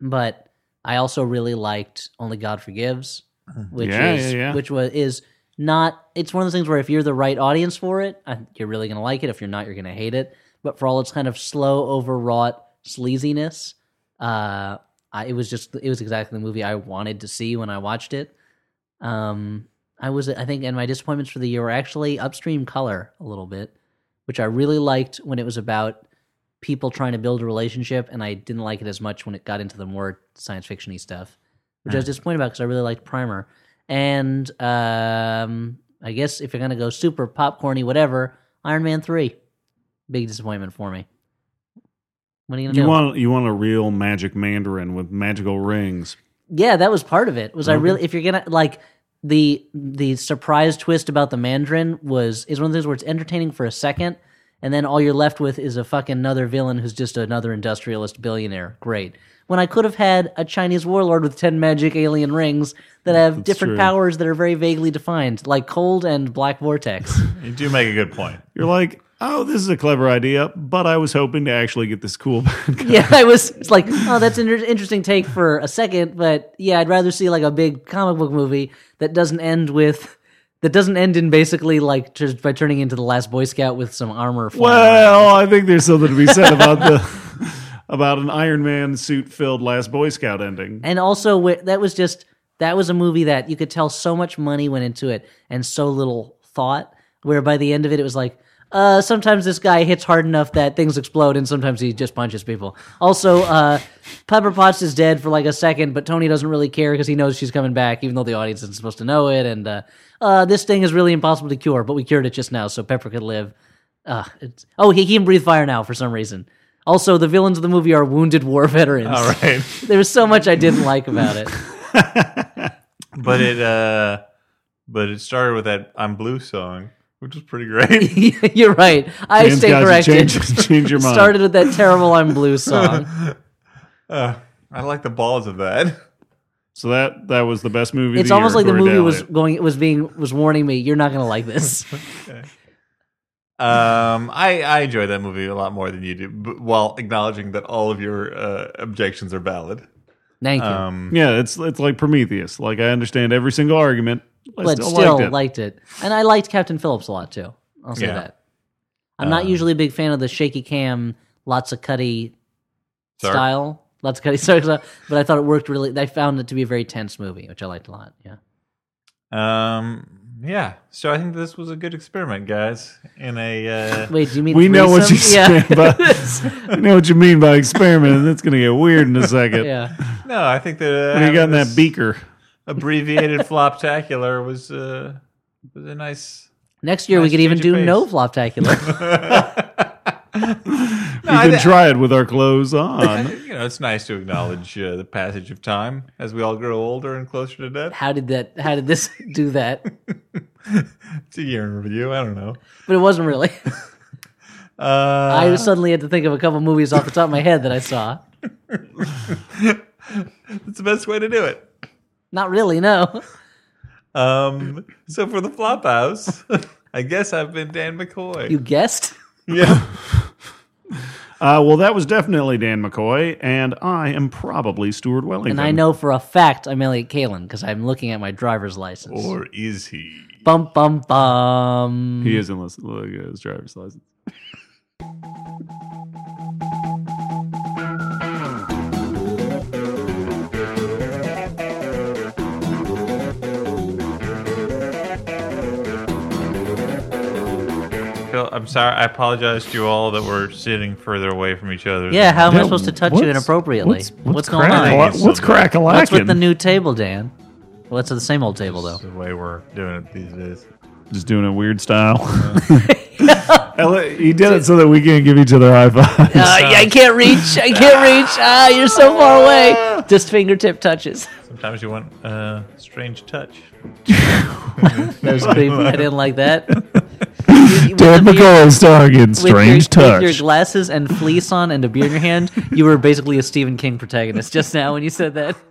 [SPEAKER 3] but I also really liked Only God Forgives, which
[SPEAKER 2] Yeah,
[SPEAKER 3] is
[SPEAKER 2] yeah, yeah.
[SPEAKER 3] which was is not. It's one of those things where if you're the right audience for it, I think you're really gonna like it. If you're not, you're gonna hate it. But for all its kind of slow, overwrought sleaziness, uh, I, it was just it was exactly the movie I wanted to see when I watched it. Um, I was, I think, and my disappointments for the year were actually upstream color a little bit, which I really liked when it was about people trying to build a relationship, and I didn't like it as much when it got into the more science fictiony stuff, which I was disappointed about because I really liked Primer. And um, I guess if you're gonna go super popcorny, whatever, Iron Man three, big disappointment for me. What are you gonna
[SPEAKER 2] You
[SPEAKER 3] do?
[SPEAKER 2] want you want a real magic mandarin with magical rings.
[SPEAKER 3] Yeah, that was part of it. Was I really? If you're gonna like the the surprise twist about the Mandarin was is one of those where it's entertaining for a second, and then all you're left with is a fucking another villain who's just another industrialist billionaire. Great. When I could have had a Chinese warlord with ten magic alien rings that have different
[SPEAKER 2] true.
[SPEAKER 3] powers that are very vaguely defined, like cold and black vortex.
[SPEAKER 1] you do make a good point.
[SPEAKER 2] You're like, oh, this is a clever idea, but I was hoping to actually get this cool bad guy.
[SPEAKER 3] yeah, I was. It's like, oh, that's an inter- interesting take for a second, but yeah, I'd rather see like a big comic book movie that doesn't end with that doesn't end in basically like just by turning into the last Boy Scout with some armor. flying around.
[SPEAKER 2] Well, I think there's something to be said about the about an Iron Man suit filled Last Boy Scout ending.
[SPEAKER 3] and also wh- that was just that was a movie that you could tell so much money went into it and so little thought. Where by the end of it, it was like. Uh, sometimes this guy hits hard enough that things explode, and sometimes he just punches people. Also, uh, Pepper Potts is dead for like a second, but Tony doesn't really care because he knows she's coming back, even though the audience isn't supposed to know it. And uh, uh, this thing is really impossible to cure, but we cured it just now, so Pepper could live. Uh, it's, oh, he can breathe fire now for some reason. Also, the villains of the movie are wounded war veterans.
[SPEAKER 1] All right.
[SPEAKER 3] There was so much I didn't like about it.
[SPEAKER 1] But it uh but it started with that I'm blue song, which was pretty great.
[SPEAKER 3] You're right. I
[SPEAKER 2] Man's
[SPEAKER 3] stay
[SPEAKER 2] got you.
[SPEAKER 3] corrected.
[SPEAKER 2] Change, change your mind.
[SPEAKER 3] Started with that terrible "I'm Blue" song.
[SPEAKER 1] I like the balls of that.
[SPEAKER 2] So that that was the best movie. of
[SPEAKER 3] It's
[SPEAKER 2] the
[SPEAKER 3] almost
[SPEAKER 2] year
[SPEAKER 3] like the
[SPEAKER 2] according
[SPEAKER 3] movie
[SPEAKER 2] to
[SPEAKER 3] was
[SPEAKER 2] Elliot.
[SPEAKER 3] going was being was warning me. You're not gonna like this.
[SPEAKER 1] Um, I I enjoy that movie a lot more than you do, but while acknowledging that all of your uh, objections are valid.
[SPEAKER 3] Thank you.
[SPEAKER 1] Um,
[SPEAKER 2] Yeah, it's it's like Prometheus. Like I understand every single argument. I
[SPEAKER 3] but
[SPEAKER 2] still,
[SPEAKER 3] still,
[SPEAKER 2] liked it.
[SPEAKER 3] and I liked Captain Phillips a lot too. I'll say
[SPEAKER 1] Yeah.
[SPEAKER 3] that. I'm
[SPEAKER 2] Um,
[SPEAKER 3] not usually a big fan of the shaky cam, lots of cutty
[SPEAKER 1] Sark.
[SPEAKER 3] style, lots of cutty style, style, but I thought it worked really. I found it to be a very tense movie, which I liked a lot. Yeah.
[SPEAKER 1] um, yeah. So I think this was a good experiment, guys. In a uh,
[SPEAKER 3] Wait, do you mean
[SPEAKER 2] We know what you
[SPEAKER 3] threesome?
[SPEAKER 2] said, but you know what you mean by experiment, and it's going to get weird in a second.
[SPEAKER 3] yeah.
[SPEAKER 1] no, I think that uh,
[SPEAKER 2] What do you got in that
[SPEAKER 1] this
[SPEAKER 2] beaker?
[SPEAKER 1] abbreviated floptacular was uh, was a nice.
[SPEAKER 3] Next year we
[SPEAKER 1] Nice
[SPEAKER 3] could even
[SPEAKER 1] change of
[SPEAKER 3] do no
[SPEAKER 1] pace.
[SPEAKER 3] floptacular.
[SPEAKER 1] No, I
[SPEAKER 2] you can
[SPEAKER 1] thi-
[SPEAKER 2] try it with our clothes on.
[SPEAKER 1] you know, it's nice to acknowledge uh, the passage of time as we all grow older and closer to death.
[SPEAKER 3] how did that? How did this do that?
[SPEAKER 1] It's a year in review. I don't know.
[SPEAKER 3] But it wasn't really.
[SPEAKER 1] Uh,
[SPEAKER 3] I suddenly had to think of a couple movies off the top of my head that I saw.
[SPEAKER 1] it's the best way to do it.
[SPEAKER 3] Not really, no.
[SPEAKER 1] Um, so for the flop house, I guess I've been Dan McCoy.
[SPEAKER 3] You guessed.
[SPEAKER 1] yeah.
[SPEAKER 2] Uh, well, that was definitely Dan McCoy, and I am probably Stuart Wellington.
[SPEAKER 3] And I know for a fact I'm Elliot Kalin because I'm looking at my driver's license.
[SPEAKER 1] Or is he?
[SPEAKER 3] Bum bum bum.
[SPEAKER 2] he isn't listening. Look at his driver's license.
[SPEAKER 1] Phil, I'm sorry. I apologize to you all that we're sitting further away from each other.
[SPEAKER 3] Yeah, how am I
[SPEAKER 2] Yeah,
[SPEAKER 3] supposed to touch you
[SPEAKER 2] what's-
[SPEAKER 3] inappropriately?
[SPEAKER 2] What's, what's,
[SPEAKER 3] What's going
[SPEAKER 2] crack-
[SPEAKER 3] on?
[SPEAKER 1] on?
[SPEAKER 2] What's crack a
[SPEAKER 3] What's with the new table, Dan? Well, it's the same old table though.
[SPEAKER 1] That's the way we're doing it these days.
[SPEAKER 2] Just doing a weird style. Elliot, he did it so that we can't give each other high fives.
[SPEAKER 3] Uh, yeah, I can't reach. I can't reach. Ah, you're so far away. Just fingertip touches.
[SPEAKER 1] Sometimes you want a uh, strange touch.
[SPEAKER 3] That was creepy. I didn't like that.
[SPEAKER 2] Dan
[SPEAKER 3] With the beard-
[SPEAKER 2] McCoy starring in
[SPEAKER 3] with your-
[SPEAKER 2] Strange Touch.
[SPEAKER 3] With your glasses and fleece on and a beer in your hand, you were basically a Stephen King protagonist just now when you said that.